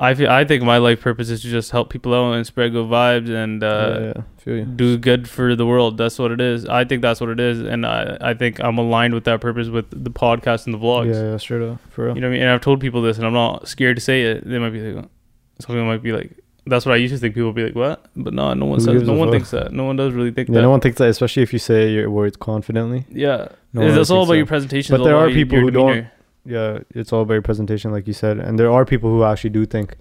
[SPEAKER 1] I feel, I think my life purpose is to just help people out and spread good vibes and uh,
[SPEAKER 2] yeah, yeah, feel you.
[SPEAKER 1] do good for the world. That's what it is. I think that's what it is, and I I think I'm aligned with that purpose with the podcast and the vlogs.
[SPEAKER 2] Yeah, yeah, straight up, for real.
[SPEAKER 1] You know what I mean? And I've told people this, and I'm not scared to say it. They might be like, something might be like, that's what I used to think. People would be like, what? But no, no one
[SPEAKER 2] Who
[SPEAKER 1] says,
[SPEAKER 2] gives
[SPEAKER 1] no
[SPEAKER 2] a
[SPEAKER 1] one
[SPEAKER 2] fuck?
[SPEAKER 1] thinks that. No one does really think
[SPEAKER 2] yeah,
[SPEAKER 1] that.
[SPEAKER 2] no one thinks that, especially if you say your words confidently.
[SPEAKER 1] yeah,
[SPEAKER 2] No
[SPEAKER 1] It's-
[SPEAKER 2] one
[SPEAKER 1] it's all about
[SPEAKER 2] thinks so.
[SPEAKER 1] your presentation.
[SPEAKER 2] But
[SPEAKER 1] it's all
[SPEAKER 2] there are
[SPEAKER 1] about your-
[SPEAKER 2] people
[SPEAKER 1] your
[SPEAKER 2] who don't-
[SPEAKER 1] demeanor.
[SPEAKER 2] Yeah, it's all about your presentation, like you said. And there are people who actually do think,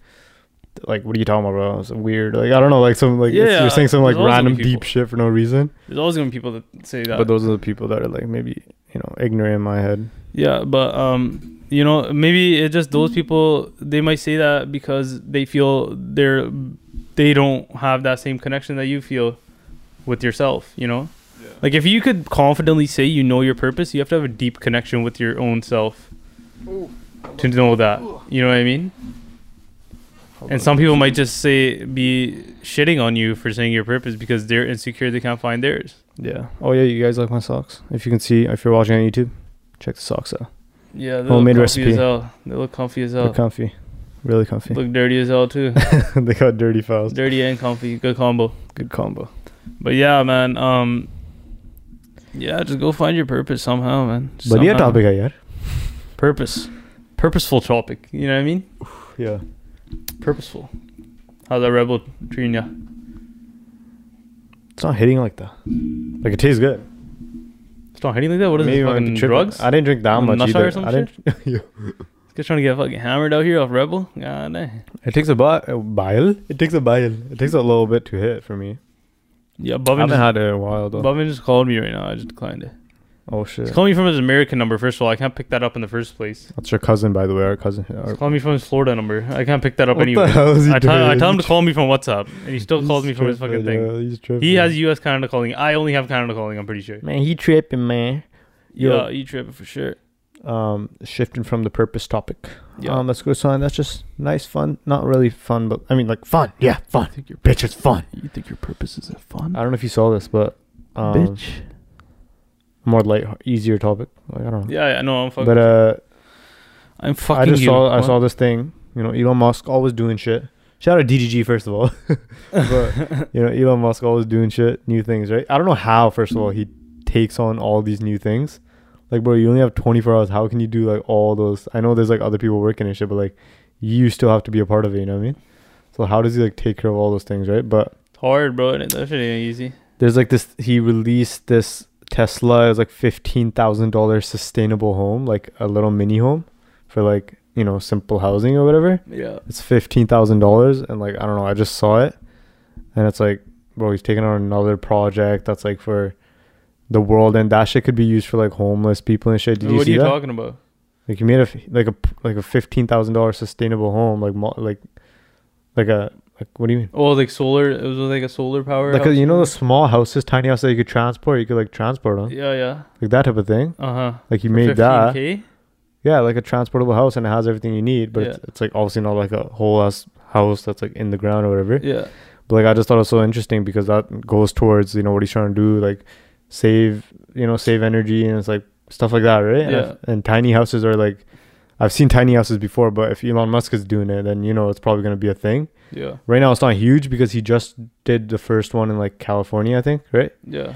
[SPEAKER 2] like, what are you talking about, bro? It's weird. Like, I don't know, like some like it's-
[SPEAKER 1] Yeah,
[SPEAKER 2] you're saying some
[SPEAKER 1] there's
[SPEAKER 2] like
[SPEAKER 1] always gonna be
[SPEAKER 2] random deep
[SPEAKER 1] people.
[SPEAKER 2] shit for no reason.
[SPEAKER 1] There's always gonna be people that say that.
[SPEAKER 2] But those are the people that are like maybe you know ignorant in my head.
[SPEAKER 1] Yeah, but um, you know, maybe it just those people they might say that because they feel they're they don't have that same connection that you feel with yourself. You know, like if you could confidently say you know your purpose, you have to have a deep connection with your own self to know that. You know what I mean? And some people might just say be shitting on you for saying your purpose because they're insecure, they can't find theirs.
[SPEAKER 2] Yeah. Oh yeah, you guys like my socks? If you can see, if you're watching on YouTube, check the socks out.
[SPEAKER 1] Yeah, they
[SPEAKER 2] Homemade
[SPEAKER 1] look comfy
[SPEAKER 2] recipe.
[SPEAKER 1] as hell. They look comfy as
[SPEAKER 2] They're
[SPEAKER 1] hell.
[SPEAKER 2] comfy, really comfy.
[SPEAKER 1] Look dirty as hell too.
[SPEAKER 2] they got dirty files.
[SPEAKER 1] dirty and comfy good combo
[SPEAKER 2] Good combo.
[SPEAKER 1] but yeah man um yeah just go find your purpose somehow man Somehow.
[SPEAKER 2] Badhiya topic hai yaar.
[SPEAKER 1] purpose purposeful topic you know what i mean
[SPEAKER 2] Yeah.
[SPEAKER 1] purposeful how's that rebel treating ya
[SPEAKER 2] It's not hitting like that. Like it tastes good.
[SPEAKER 1] it's not hitting like that what is
[SPEAKER 2] Maybe
[SPEAKER 1] it
[SPEAKER 2] I might be
[SPEAKER 1] fucking
[SPEAKER 2] tripping.
[SPEAKER 1] drugs
[SPEAKER 2] I didn't drink that
[SPEAKER 1] Some
[SPEAKER 2] much
[SPEAKER 1] nut
[SPEAKER 2] either.
[SPEAKER 1] or some
[SPEAKER 2] I didn't. yeah.
[SPEAKER 1] This guy's trying to get fucking hammered out here off rebel god dang.
[SPEAKER 2] It takes a bi- a bile. It takes a bile. It takes a little bit to hit for me.
[SPEAKER 1] yeah
[SPEAKER 2] I
[SPEAKER 1] Bubman
[SPEAKER 2] haven't
[SPEAKER 1] just,
[SPEAKER 2] had it in a while though.
[SPEAKER 1] Bubman just called me right now i just declined it
[SPEAKER 2] oh shit.
[SPEAKER 1] he's calling me from his american number first of all i can't pick that up in the first place
[SPEAKER 2] That's your cousin, by the way. Our cousin. Our,
[SPEAKER 1] he's calling me from his florida number i can't pick that up
[SPEAKER 2] what
[SPEAKER 1] anyway
[SPEAKER 2] the hell is he
[SPEAKER 1] I
[SPEAKER 2] doing?
[SPEAKER 1] tell, I tell him to call me from WhatsApp, and he still calls me from his fucking thing. He has U.S. Canada calling. I only have Canada calling. I'm pretty sure.
[SPEAKER 2] man. He tripping, man.
[SPEAKER 1] Yeah,
[SPEAKER 2] Yo.
[SPEAKER 1] you tripping for sure.
[SPEAKER 2] Um, shifting from the purpose topic.
[SPEAKER 1] Yeah.
[SPEAKER 2] Um, let's go sign. That's just nice, fun. Not really fun, but I mean, like fun. Yeah, fun. Bitch, it's fun.
[SPEAKER 1] You think your purpose is fun,
[SPEAKER 2] I don't know if you saw this, but um,
[SPEAKER 1] bitch?
[SPEAKER 2] more light, easier topic. Like I don't know.
[SPEAKER 1] Yeah, yeah, no, I'm fucking.
[SPEAKER 2] but uh,
[SPEAKER 1] I'm fucking.
[SPEAKER 2] I just
[SPEAKER 1] you.
[SPEAKER 2] saw I
[SPEAKER 1] What?
[SPEAKER 2] saw this thing. You know, Elon Musk always doing shit. Shout out DDG first of all. but you know, Elon Musk always doing shit, new things, right? I don't know how. First of all, he takes on all these new things. Like, bro, you only have 24 hours. How can you do like all those? I know there's like other people working and shit, but like, you still have to be a part of it. You know what I mean? So how does he like take care of all those things, right? But
[SPEAKER 1] It's hard, bro. and That shit ain't easy.
[SPEAKER 2] there's like this. He released this Tesla. It was like fifteen thousand dollars sustainable home, like a little mini home, for like you know simple housing or whatever
[SPEAKER 1] Yeah.
[SPEAKER 2] it's fifteen thousand dollars, and like I don't know, I just saw it, and it's like, bro, he's taking on another project that's like for the world, and that shit could be used for like homeless people and shit. Did you
[SPEAKER 1] what
[SPEAKER 2] see
[SPEAKER 1] are you
[SPEAKER 2] that?
[SPEAKER 1] talking about?
[SPEAKER 2] like he made a f- like a p- like a fifteen thousand dollar sustainable home, like mo- like like a like what do you mean?
[SPEAKER 1] Oh, like solar. It was like uh, a solar power.
[SPEAKER 2] Like a,
[SPEAKER 1] house
[SPEAKER 2] you know
[SPEAKER 1] or
[SPEAKER 2] the small houses, tiny house that you could transport, you could like transport
[SPEAKER 1] something?
[SPEAKER 2] them,
[SPEAKER 1] Yeah, yeah.
[SPEAKER 2] like that type of thing.
[SPEAKER 1] Uh huh.
[SPEAKER 2] Like he made that,
[SPEAKER 1] K.
[SPEAKER 2] yeah, like a transportable house, and it has everything you need, but
[SPEAKER 1] Yeah.
[SPEAKER 2] it's, it's like obviously not like a whole ass house that's like in the ground or whatever.
[SPEAKER 1] Yeah.
[SPEAKER 2] But like I just thought it was so interesting because that goes towards you know what he's trying to do, like save you know save energy and it's like stuff like that, right? And,
[SPEAKER 1] Yeah.
[SPEAKER 2] and tiny houses are like I've seen tiny houses before, but if Elon Musk is doing it, then you know it's probably gonna be a thing.
[SPEAKER 1] Yeah.
[SPEAKER 2] Right now, it's not huge because he just did the first one in like California, I think, right?
[SPEAKER 1] Yeah.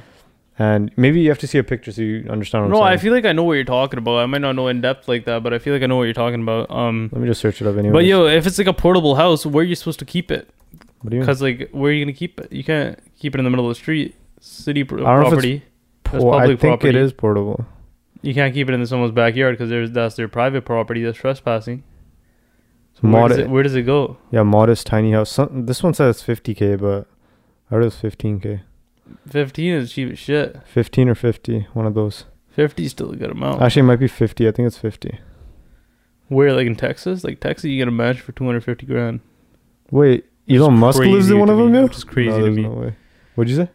[SPEAKER 2] And maybe you have to see a picture so you understand. What
[SPEAKER 1] No,
[SPEAKER 2] I'm
[SPEAKER 1] I
[SPEAKER 2] saying.
[SPEAKER 1] feel like I know what you're talking about. I might not know in depth like that, but I feel like I know what you're talking about. Um,
[SPEAKER 2] Let me just search it up anyway.
[SPEAKER 1] but yo, if it's like a portable house, where are you supposed to keep it?
[SPEAKER 2] what do you mean?
[SPEAKER 1] Because like, where are you gonna keep it? You can't keep it in the middle of the street. City pro-
[SPEAKER 2] I don't know if it's
[SPEAKER 1] property. That's
[SPEAKER 2] Well, Oh, I
[SPEAKER 1] public
[SPEAKER 2] think it
[SPEAKER 1] property.
[SPEAKER 2] is portable.
[SPEAKER 1] You can't keep it in someone's backyard because there's that's their private property. That's trespassing. So where
[SPEAKER 2] Mod-
[SPEAKER 1] does, it, where does it go?
[SPEAKER 2] yeah, modest tiny house. Some, this one says 50k, but I heard it was 15k,
[SPEAKER 1] Fifteen is cheap as shit.
[SPEAKER 2] 15 or 50, one of those.
[SPEAKER 1] Fifty is still a good amount.
[SPEAKER 2] Actually, it might be 50. I think it's 50.
[SPEAKER 1] where like in Texas, like Texas, you get a match for two hundred fifty grand.
[SPEAKER 2] Wait,
[SPEAKER 1] Which
[SPEAKER 2] Elon
[SPEAKER 1] is
[SPEAKER 2] Musk lives
[SPEAKER 1] crazy
[SPEAKER 2] in one
[SPEAKER 1] to
[SPEAKER 2] of them,
[SPEAKER 1] me,
[SPEAKER 2] yeah?
[SPEAKER 1] which is crazy
[SPEAKER 2] no,
[SPEAKER 1] to
[SPEAKER 2] there's
[SPEAKER 1] me.
[SPEAKER 2] No way. What'd you say?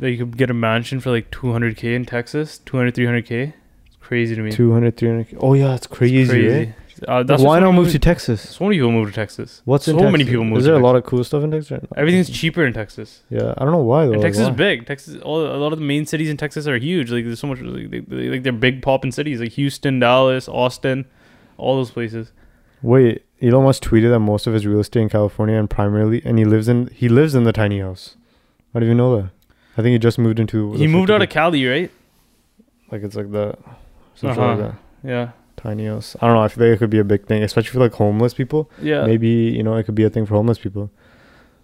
[SPEAKER 1] That you could get a mansion for like 200k in Texas, 200 300k. It's crazy to me.
[SPEAKER 2] 200, 300. Oh yeah, that's crazy.
[SPEAKER 1] It's
[SPEAKER 2] eh?
[SPEAKER 1] Uh, that's
[SPEAKER 2] Why
[SPEAKER 1] what so
[SPEAKER 2] not
[SPEAKER 1] many
[SPEAKER 2] move to
[SPEAKER 1] people-
[SPEAKER 2] Texas?
[SPEAKER 1] So many people move to Texas.
[SPEAKER 2] What's
[SPEAKER 1] so
[SPEAKER 2] in
[SPEAKER 1] many
[SPEAKER 2] Texas?
[SPEAKER 1] people move.
[SPEAKER 2] Is
[SPEAKER 1] to
[SPEAKER 2] there a
[SPEAKER 1] Texas.
[SPEAKER 2] lot of cool stuff in Texas? Right now?
[SPEAKER 1] Everything's cheaper in Texas.
[SPEAKER 2] Yeah, I don't know why though.
[SPEAKER 1] And
[SPEAKER 2] like,
[SPEAKER 1] Texas
[SPEAKER 2] why?
[SPEAKER 1] is big. Texas, all, a lot of the main cities in Texas are huge. Like there's so much, like, they, they, like they're big poppin' cities, like Houston, Dallas, Austin, all those places.
[SPEAKER 2] Wait, Elon Musk tweeted that most of his real estate in California and primarily, and he lives in he lives in the tiny house. I didn't even know that. I think he just moved into. the
[SPEAKER 1] He moved out of
[SPEAKER 2] 50
[SPEAKER 1] Cali, right?
[SPEAKER 2] like it's like that, some shit
[SPEAKER 1] Uh-huh.
[SPEAKER 2] like that.
[SPEAKER 1] Yeah,
[SPEAKER 2] Tiny house. I don't know. I feel like it could be a big thing, especially for like homeless people.
[SPEAKER 1] yeah.
[SPEAKER 2] Maybe you know it could be a thing for homeless people.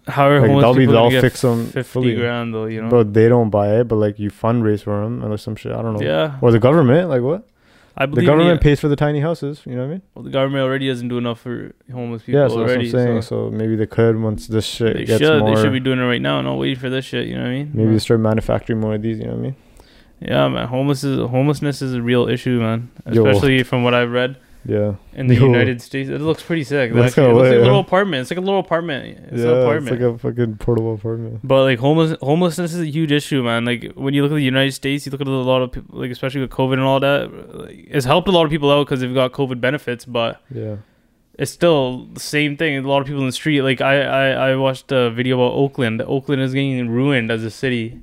[SPEAKER 1] However,
[SPEAKER 2] like,
[SPEAKER 1] homeless
[SPEAKER 2] that'll be-
[SPEAKER 1] people
[SPEAKER 2] that'll
[SPEAKER 1] gonna get
[SPEAKER 2] fix 'em
[SPEAKER 1] fifty
[SPEAKER 2] fully.
[SPEAKER 1] grand though. You know.
[SPEAKER 2] But they don't buy it. But like you fundraise for them or some shit. I don't know.
[SPEAKER 1] yeah,
[SPEAKER 2] Or the government. Like what?
[SPEAKER 1] I
[SPEAKER 2] The
[SPEAKER 1] believe uh,
[SPEAKER 2] government
[SPEAKER 1] The,
[SPEAKER 2] pays for the tiny houses. You know what I mean?
[SPEAKER 1] well, the government already doesn't do enough for homeless people
[SPEAKER 2] yeah. So
[SPEAKER 1] already.
[SPEAKER 2] that's what I'm saying.
[SPEAKER 1] so
[SPEAKER 2] So. maybe they could once this shit
[SPEAKER 1] they
[SPEAKER 2] gets
[SPEAKER 1] should.
[SPEAKER 2] more.
[SPEAKER 1] They should be doing it right now. Not waiting for this shit. You know what I mean?
[SPEAKER 2] maybe start manufacturing more of these. You know what I mean?
[SPEAKER 1] Yeah, man. Homeless is homelessness is a real issue, man.
[SPEAKER 2] Yo.
[SPEAKER 1] Especially from what I've read
[SPEAKER 2] Yeah.
[SPEAKER 1] in the
[SPEAKER 2] Yo.
[SPEAKER 1] United States. It looks pretty sick.
[SPEAKER 2] That's
[SPEAKER 1] actually.
[SPEAKER 2] kinda
[SPEAKER 1] it looks
[SPEAKER 2] lit,
[SPEAKER 1] like a
[SPEAKER 2] yeah.
[SPEAKER 1] little apartment. It's like a little apartment. It's an apartment.
[SPEAKER 2] It's like a fucking portable apartment.
[SPEAKER 1] but like homeless homelessness is a huge issue, man. Like when you look at the United States, you look at a lot of people, like especially with COVID and all that. Like, it's helped a lot of people out because they've got COVID benefits, but
[SPEAKER 2] Yeah.
[SPEAKER 1] it's still the same thing. A lot of people in the street. Like I, I, I watched a video about Oakland. Oakland is getting ruined as a city.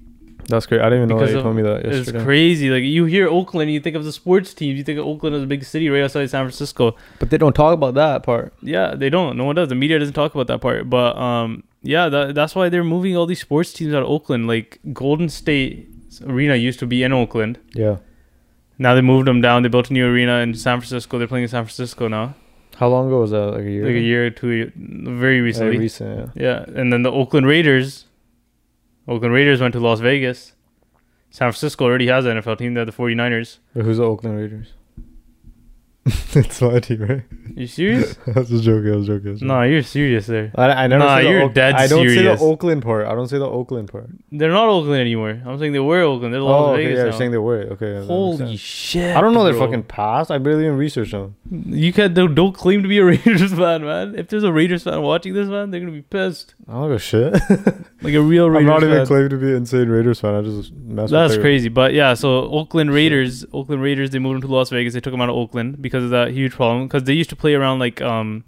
[SPEAKER 2] That's great. I didn't even know
[SPEAKER 1] Because
[SPEAKER 2] that you
[SPEAKER 1] of-
[SPEAKER 2] told me that
[SPEAKER 1] It's
[SPEAKER 2] yesterday.
[SPEAKER 1] crazy. Like you hear Oakland, you think of the sports teams. You think of Oakland as a big city right outside San Francisco.
[SPEAKER 2] But they don't talk about that part.
[SPEAKER 1] Yeah, they don't. No one does. The media doesn't talk about that part. But um, yeah, that, that's why they're moving all these sports teams out of Oakland. Like Golden State Arena used to be in Oakland.
[SPEAKER 2] Yeah.
[SPEAKER 1] Now they moved them down. They built a new arena in San Francisco. They're playing in San Francisco now.
[SPEAKER 2] How long ago was that? Like a year.
[SPEAKER 1] Like a
[SPEAKER 2] ago?
[SPEAKER 1] year or two, very
[SPEAKER 2] Yeah,
[SPEAKER 1] recently.
[SPEAKER 2] Uh, recent. Yeah.
[SPEAKER 1] Yeah, and then the Oakland Raiders. Oakland Raiders went to Las Vegas. San Francisco already has an NFL team. They're the 49ers.
[SPEAKER 2] But who's the Oakland Raiders? it's my team, right?
[SPEAKER 1] You serious?
[SPEAKER 2] I was joking. I was joking. I was joking.
[SPEAKER 1] no, you're serious there.
[SPEAKER 2] I, I never.
[SPEAKER 1] Nah,
[SPEAKER 2] say the
[SPEAKER 1] you're
[SPEAKER 2] Oak-
[SPEAKER 1] dead
[SPEAKER 2] I don't
[SPEAKER 1] serious.
[SPEAKER 2] say the Oakland part. I don't say the Oakland part.
[SPEAKER 1] They're not Oakland anymore. I'm saying they were Oakland. They're Las
[SPEAKER 2] oh, okay,
[SPEAKER 1] Vegas
[SPEAKER 2] yeah. You're
[SPEAKER 1] now.
[SPEAKER 2] saying they were. Okay. yeah, that makes
[SPEAKER 1] Holy
[SPEAKER 2] sense.
[SPEAKER 1] shit!
[SPEAKER 2] I don't know their
[SPEAKER 1] bro.
[SPEAKER 2] fucking past. I barely even researched them.
[SPEAKER 1] You can't. Don't, don't claim to be a Raiders fan, man. If there's a Raiders fan watching this, man, they're gonna be pissed.
[SPEAKER 2] I don't give a shit.
[SPEAKER 1] Like a real
[SPEAKER 2] I'm
[SPEAKER 1] Raiders
[SPEAKER 2] not even
[SPEAKER 1] fan.
[SPEAKER 2] claiming to be an insane Raiders fan. I just mess
[SPEAKER 1] That's
[SPEAKER 2] with their-
[SPEAKER 1] crazy. But yeah, so Oakland Raiders, Oakland Raiders, they moved them to Las Vegas. They took them out of Oakland because of that huge problem. Because they used to play around like um,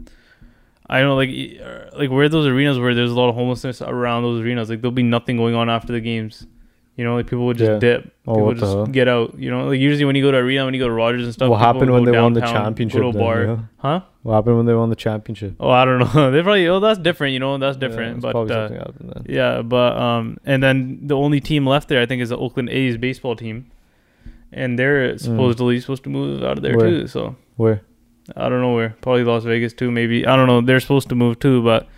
[SPEAKER 1] I don't know, like e- er, like where those arenas were. There's a lot of homelessness around those arenas. Like there'll be nothing going on after the games. You know, like people would just
[SPEAKER 2] Yeah.
[SPEAKER 1] dip.
[SPEAKER 2] Oh,
[SPEAKER 1] people
[SPEAKER 2] what
[SPEAKER 1] would
[SPEAKER 2] the
[SPEAKER 1] just
[SPEAKER 2] hell?
[SPEAKER 1] get out. You know, like usually when you go to arena, when you go to Rogers and stuff.
[SPEAKER 2] what
[SPEAKER 1] people
[SPEAKER 2] happened
[SPEAKER 1] go
[SPEAKER 2] when they won the
[SPEAKER 1] downtown, go to a
[SPEAKER 2] championship? then,
[SPEAKER 1] bar.
[SPEAKER 2] yeah?
[SPEAKER 1] Huh?
[SPEAKER 2] What happened when they won the championship?
[SPEAKER 1] Oh, I don't know. they probably oh that's different. You know, that's
[SPEAKER 2] Yeah,
[SPEAKER 1] different.
[SPEAKER 2] it's
[SPEAKER 1] but
[SPEAKER 2] probably
[SPEAKER 1] uh,
[SPEAKER 2] something happened then.
[SPEAKER 1] yeah, but um, and then the only team left there, I think, is the Oakland A's baseball team, and they're supposedly supposed to move out of there
[SPEAKER 2] Mm. Where?
[SPEAKER 1] too. So
[SPEAKER 2] Where?
[SPEAKER 1] I don't know where. Probably Las Vegas too. Maybe I don't know. They're supposed to move too, but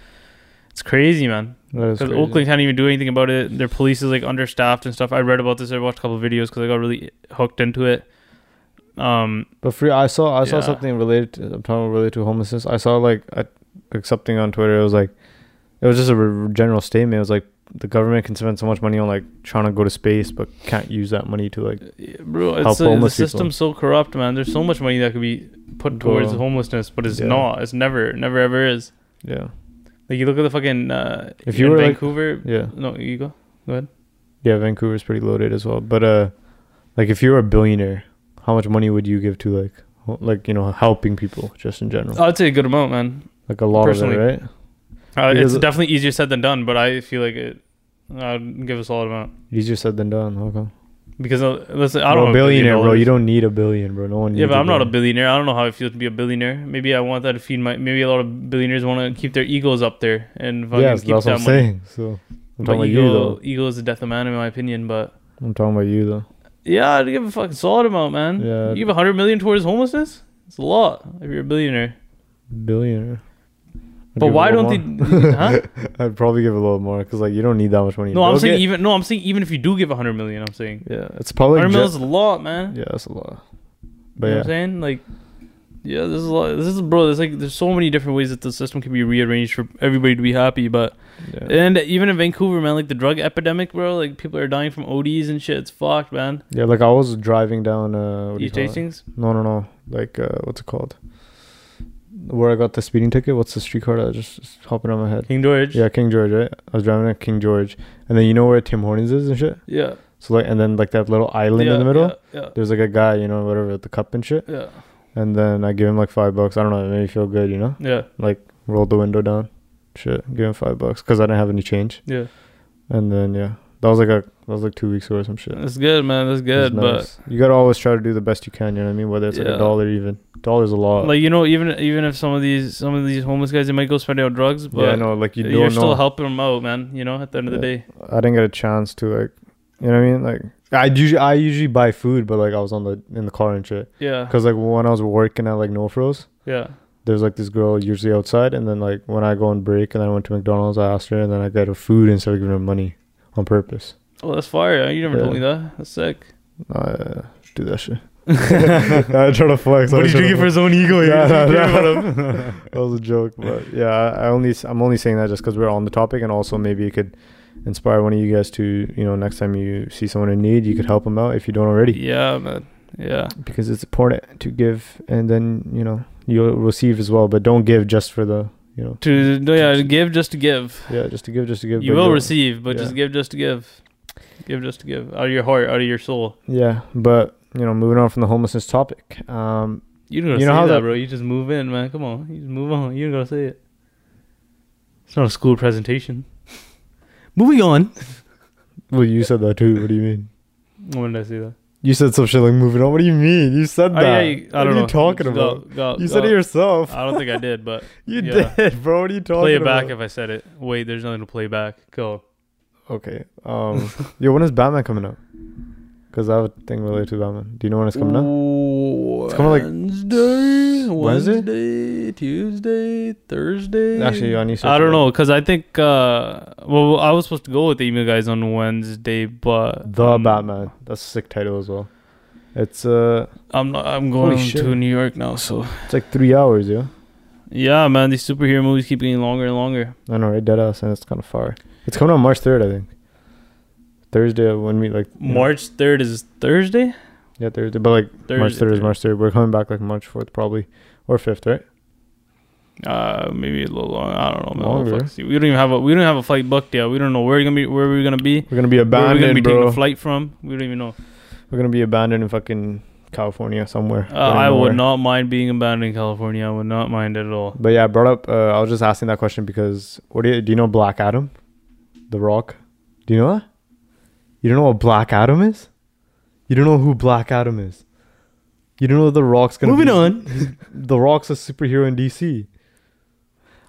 [SPEAKER 1] it's crazy, man.
[SPEAKER 2] That is
[SPEAKER 1] Because
[SPEAKER 2] crazy.
[SPEAKER 1] Oakland can't even do anything about it. Their police is like understaffed and stuff. I read about this. I watched a couple videos because I got really hooked into it. Um,
[SPEAKER 2] But free, I saw I saw
[SPEAKER 1] Yeah.
[SPEAKER 2] something related. To, I'm talking about related to homelessness. I saw like a, like something on Twitter. It was like, it was just a re- general statement. It was like the government can spend so much money on like trying to go to space, but can't use that money to like.
[SPEAKER 1] Yeah, bro, it's
[SPEAKER 2] help
[SPEAKER 1] uh, the
[SPEAKER 2] homeless people.
[SPEAKER 1] system's so corrupt, man. There's so much money that could be put towards
[SPEAKER 2] Bro.
[SPEAKER 1] homelessness, but it's
[SPEAKER 2] Yeah.
[SPEAKER 1] not. It's never, never, ever is.
[SPEAKER 2] Yeah,
[SPEAKER 1] Like you look at the fucking uh,
[SPEAKER 2] If you
[SPEAKER 1] in
[SPEAKER 2] were, like-
[SPEAKER 1] Vancouver,
[SPEAKER 2] yeah,
[SPEAKER 1] no, you go.
[SPEAKER 2] yeah. Vancouver's pretty loaded as well. But uh, like if you were a billionaire, how much money would you give to like, ho- like you know, helping people just in general?
[SPEAKER 1] I'd say a good amount, man.
[SPEAKER 2] like a lot
[SPEAKER 1] Uh, personally,
[SPEAKER 2] of it, right?
[SPEAKER 1] Uh,
[SPEAKER 2] Because-
[SPEAKER 1] it's definitely easier said than done, but I feel like it. I'd give a solid amount.
[SPEAKER 2] Easier said than done. How come?
[SPEAKER 1] Because uh, listen, I
[SPEAKER 2] I
[SPEAKER 1] don't
[SPEAKER 2] don't
[SPEAKER 1] have
[SPEAKER 2] bro, billionaire, bro. You don't need a billion, bro. No one.
[SPEAKER 1] Yeah,
[SPEAKER 2] needs
[SPEAKER 1] but I'm not a
[SPEAKER 2] billion.
[SPEAKER 1] billionaire. I don't know how it feels to be a billionaire. Maybe I want that to feed my. Maybe a lot of billionaires want to keep their egos up there and fucking
[SPEAKER 2] Yeah, that's
[SPEAKER 1] keep
[SPEAKER 2] what
[SPEAKER 1] that
[SPEAKER 2] I'm
[SPEAKER 1] money.
[SPEAKER 2] saying. So I'm talking
[SPEAKER 1] But
[SPEAKER 2] about you
[SPEAKER 1] ego,
[SPEAKER 2] though.
[SPEAKER 1] ego is the death of man, in my opinion. But
[SPEAKER 2] I'm talking about you though.
[SPEAKER 1] yeah, I'd give a fucking solid amount, man.
[SPEAKER 2] Yeah.
[SPEAKER 1] You give a hundred million towards homelessness. It's a lot if you're a billionaire.
[SPEAKER 2] Billionaire. I'd
[SPEAKER 1] But
[SPEAKER 2] give a
[SPEAKER 1] why
[SPEAKER 2] little
[SPEAKER 1] don't
[SPEAKER 2] more.
[SPEAKER 1] they- huh?
[SPEAKER 2] I'd probably give a little more because like you don't need that much money.
[SPEAKER 1] No, I'm
[SPEAKER 2] They'll
[SPEAKER 1] saying
[SPEAKER 2] get-
[SPEAKER 1] even. No, I'm saying even if you do give a hundred million, I'm saying
[SPEAKER 2] Yeah, it's probably.
[SPEAKER 1] hundred
[SPEAKER 2] ju-
[SPEAKER 1] million is a lot, man.
[SPEAKER 2] yeah, that's a lot.
[SPEAKER 1] you
[SPEAKER 2] But
[SPEAKER 1] know
[SPEAKER 2] yeah,
[SPEAKER 1] what I'm saying? Like, yeah, this is a lot. This is bro. There's like there's so many different ways that the system can be rearranged for everybody to be happy, but.
[SPEAKER 2] yeah.
[SPEAKER 1] And even in Vancouver, man, like the drug epidemic, bro, like people are dying from ODs and shit. It's fucked, man.
[SPEAKER 2] Yeah, Like I was driving down. Uh, what do you
[SPEAKER 1] You
[SPEAKER 2] call it?
[SPEAKER 1] tastings?
[SPEAKER 2] No, no, no. Like uh, what's it called? Where I got the speeding ticket? What's the street card? I just it's hopping on my head.
[SPEAKER 1] King George.
[SPEAKER 2] Yeah, King George, right? I was driving at King George, and then you know where Tim Hortons is and shit.
[SPEAKER 1] Yeah.
[SPEAKER 2] So like, and then like that little island
[SPEAKER 1] yeah,
[SPEAKER 2] in the middle.
[SPEAKER 1] Yeah.
[SPEAKER 2] There's like a guy, you know, whatever, with the cup and shit.
[SPEAKER 1] Yeah. Yeah.
[SPEAKER 2] And then I give him like five bucks. I don't know, it made me feel good, you know.
[SPEAKER 1] Yeah.
[SPEAKER 2] Rolled the window down, shit. Give him five bucks because I didn't have any change.
[SPEAKER 1] yeah.
[SPEAKER 2] And then yeah, that was like a that was like two weeks ago or some shit. It
[SPEAKER 1] That's good, man. That's
[SPEAKER 2] was
[SPEAKER 1] good.
[SPEAKER 2] nice. you gotta always try to do the best you can. You know what I mean? Whether it's like
[SPEAKER 1] Yeah.
[SPEAKER 2] a dollar, even dollars a lot.
[SPEAKER 1] But like you know, even even if some of these some of these homeless guys, they might go spend out drugs, but
[SPEAKER 2] yeah, I know. Like you
[SPEAKER 1] you
[SPEAKER 2] don't
[SPEAKER 1] are
[SPEAKER 2] know.
[SPEAKER 1] still helping them out, man. You know, at the end of the
[SPEAKER 2] Yeah.
[SPEAKER 1] day.
[SPEAKER 2] I didn't get a chance to like, you know what I mean? Like I usually I usually buy food, but like I was on the in the car and shit.
[SPEAKER 1] Yeah.
[SPEAKER 2] Cause like when I was working at like No Frills,
[SPEAKER 1] Yeah.
[SPEAKER 2] there's like this girl usually outside, and then like when I go on break and I went to McDonald's, I asked her, and then I got her food instead of giving her money on purpose.
[SPEAKER 1] Oh, that's fire. You never
[SPEAKER 2] Yeah.
[SPEAKER 1] told me that. That's sick.
[SPEAKER 2] I uh, do that shit. I try to flex. I try to flex.
[SPEAKER 1] his own ego.
[SPEAKER 2] Yeah, yeah, yeah. that was a joke, but yeah, I I only I'm only saying that just because we're on the topic, and also maybe it could inspire one of you guys to you know next time you see someone in need, you could help them out if you don't already,
[SPEAKER 1] Yeah, man. Yeah.
[SPEAKER 2] because it's important to give, and then you know you'll receive as well, but don't give just for the you know
[SPEAKER 1] To yeah, give just to give.
[SPEAKER 2] yeah just to give just to give.
[SPEAKER 1] you
[SPEAKER 2] but
[SPEAKER 1] will
[SPEAKER 2] don't-
[SPEAKER 1] receive, but just
[SPEAKER 2] yeah.
[SPEAKER 1] give just to give. Give just to give. Out of your heart, out of your soul.
[SPEAKER 2] Yeah, but you know moving on from the homelessness topic, um,
[SPEAKER 1] You don't gotta
[SPEAKER 2] You
[SPEAKER 1] say
[SPEAKER 2] know how
[SPEAKER 1] that,
[SPEAKER 2] that-
[SPEAKER 1] bro. You just move in, man. Come on. You just move on. You don't gotta say it. It's not a school presentation. Moving on.
[SPEAKER 2] well you said that too. What do you mean?
[SPEAKER 1] When did I say that?
[SPEAKER 2] You said some shit like moving on. What do you mean? You said
[SPEAKER 1] Oh,
[SPEAKER 2] that.
[SPEAKER 1] yeah, you- I
[SPEAKER 2] what
[SPEAKER 1] don't
[SPEAKER 2] are
[SPEAKER 1] know.
[SPEAKER 2] you talking
[SPEAKER 1] Go-
[SPEAKER 2] about?
[SPEAKER 1] go-
[SPEAKER 2] You said
[SPEAKER 1] go.
[SPEAKER 2] it yourself.
[SPEAKER 1] I don't think I did, but
[SPEAKER 2] You
[SPEAKER 1] Yeah.
[SPEAKER 2] did, bro. What are you talking
[SPEAKER 1] play it
[SPEAKER 2] about?
[SPEAKER 1] back if I said it. Wait, there's nothing to play back. Go.
[SPEAKER 2] Okay. Um. yo, when is Batman coming out? Because I have a thing related to Batman. Do you know when it's coming out?
[SPEAKER 1] It's
[SPEAKER 2] coming, like,
[SPEAKER 1] Wednesday,
[SPEAKER 2] Wednesday?
[SPEAKER 1] Wednesday, Tuesday, Thursday.
[SPEAKER 2] Actually, yeah, I need to
[SPEAKER 1] I
[SPEAKER 2] search it
[SPEAKER 1] don't
[SPEAKER 2] up.
[SPEAKER 1] know because I think uh, well, I was supposed to go with the email guys on Wednesday, but
[SPEAKER 2] The
[SPEAKER 1] um,
[SPEAKER 2] Batman. That's a sick title as well. It's uh,
[SPEAKER 1] I'm not. I'm going
[SPEAKER 2] Holy shit.
[SPEAKER 1] to New York now, so
[SPEAKER 2] it's like three hours, yo.
[SPEAKER 1] yeah, man. These superhero movies keep getting longer and longer.
[SPEAKER 2] I know, right? Deadass, and it's kind of far. It's coming out March third, I think. Thursday when we like you know-
[SPEAKER 1] March third is Thursday.
[SPEAKER 2] Yeah, Thursday. But like
[SPEAKER 1] Thursday
[SPEAKER 2] March third is March third. We're coming back like March fourth probably, or fifth, right?
[SPEAKER 1] Uh, maybe a little long. I don't know. Man. What the
[SPEAKER 2] Longer.
[SPEAKER 1] fuck? See, We don't even have a. We don't have a flight booked yet. We don't know where we're gonna be. Where we're gonna be.
[SPEAKER 2] We're gonna be
[SPEAKER 1] Where we're
[SPEAKER 2] abandoned,
[SPEAKER 1] gonna be taking
[SPEAKER 2] bro.
[SPEAKER 1] a flight from. We don't even know.
[SPEAKER 2] We're gonna be abandoned in fucking California somewhere.
[SPEAKER 1] Uh,
[SPEAKER 2] Going
[SPEAKER 1] I
[SPEAKER 2] nowhere.
[SPEAKER 1] would not mind being abandoned in California. I would not mind it at all.
[SPEAKER 2] But yeah, I brought up. Uh, I was just asking that question because what do you do? You know Black Adam, The Rock. Do you know that? You don't know what Black Adam is? You don't know who Black Adam is? You don't know The Rock's gonna.
[SPEAKER 1] Moving
[SPEAKER 2] be-
[SPEAKER 1] on.
[SPEAKER 2] The Rock's a superhero in DC.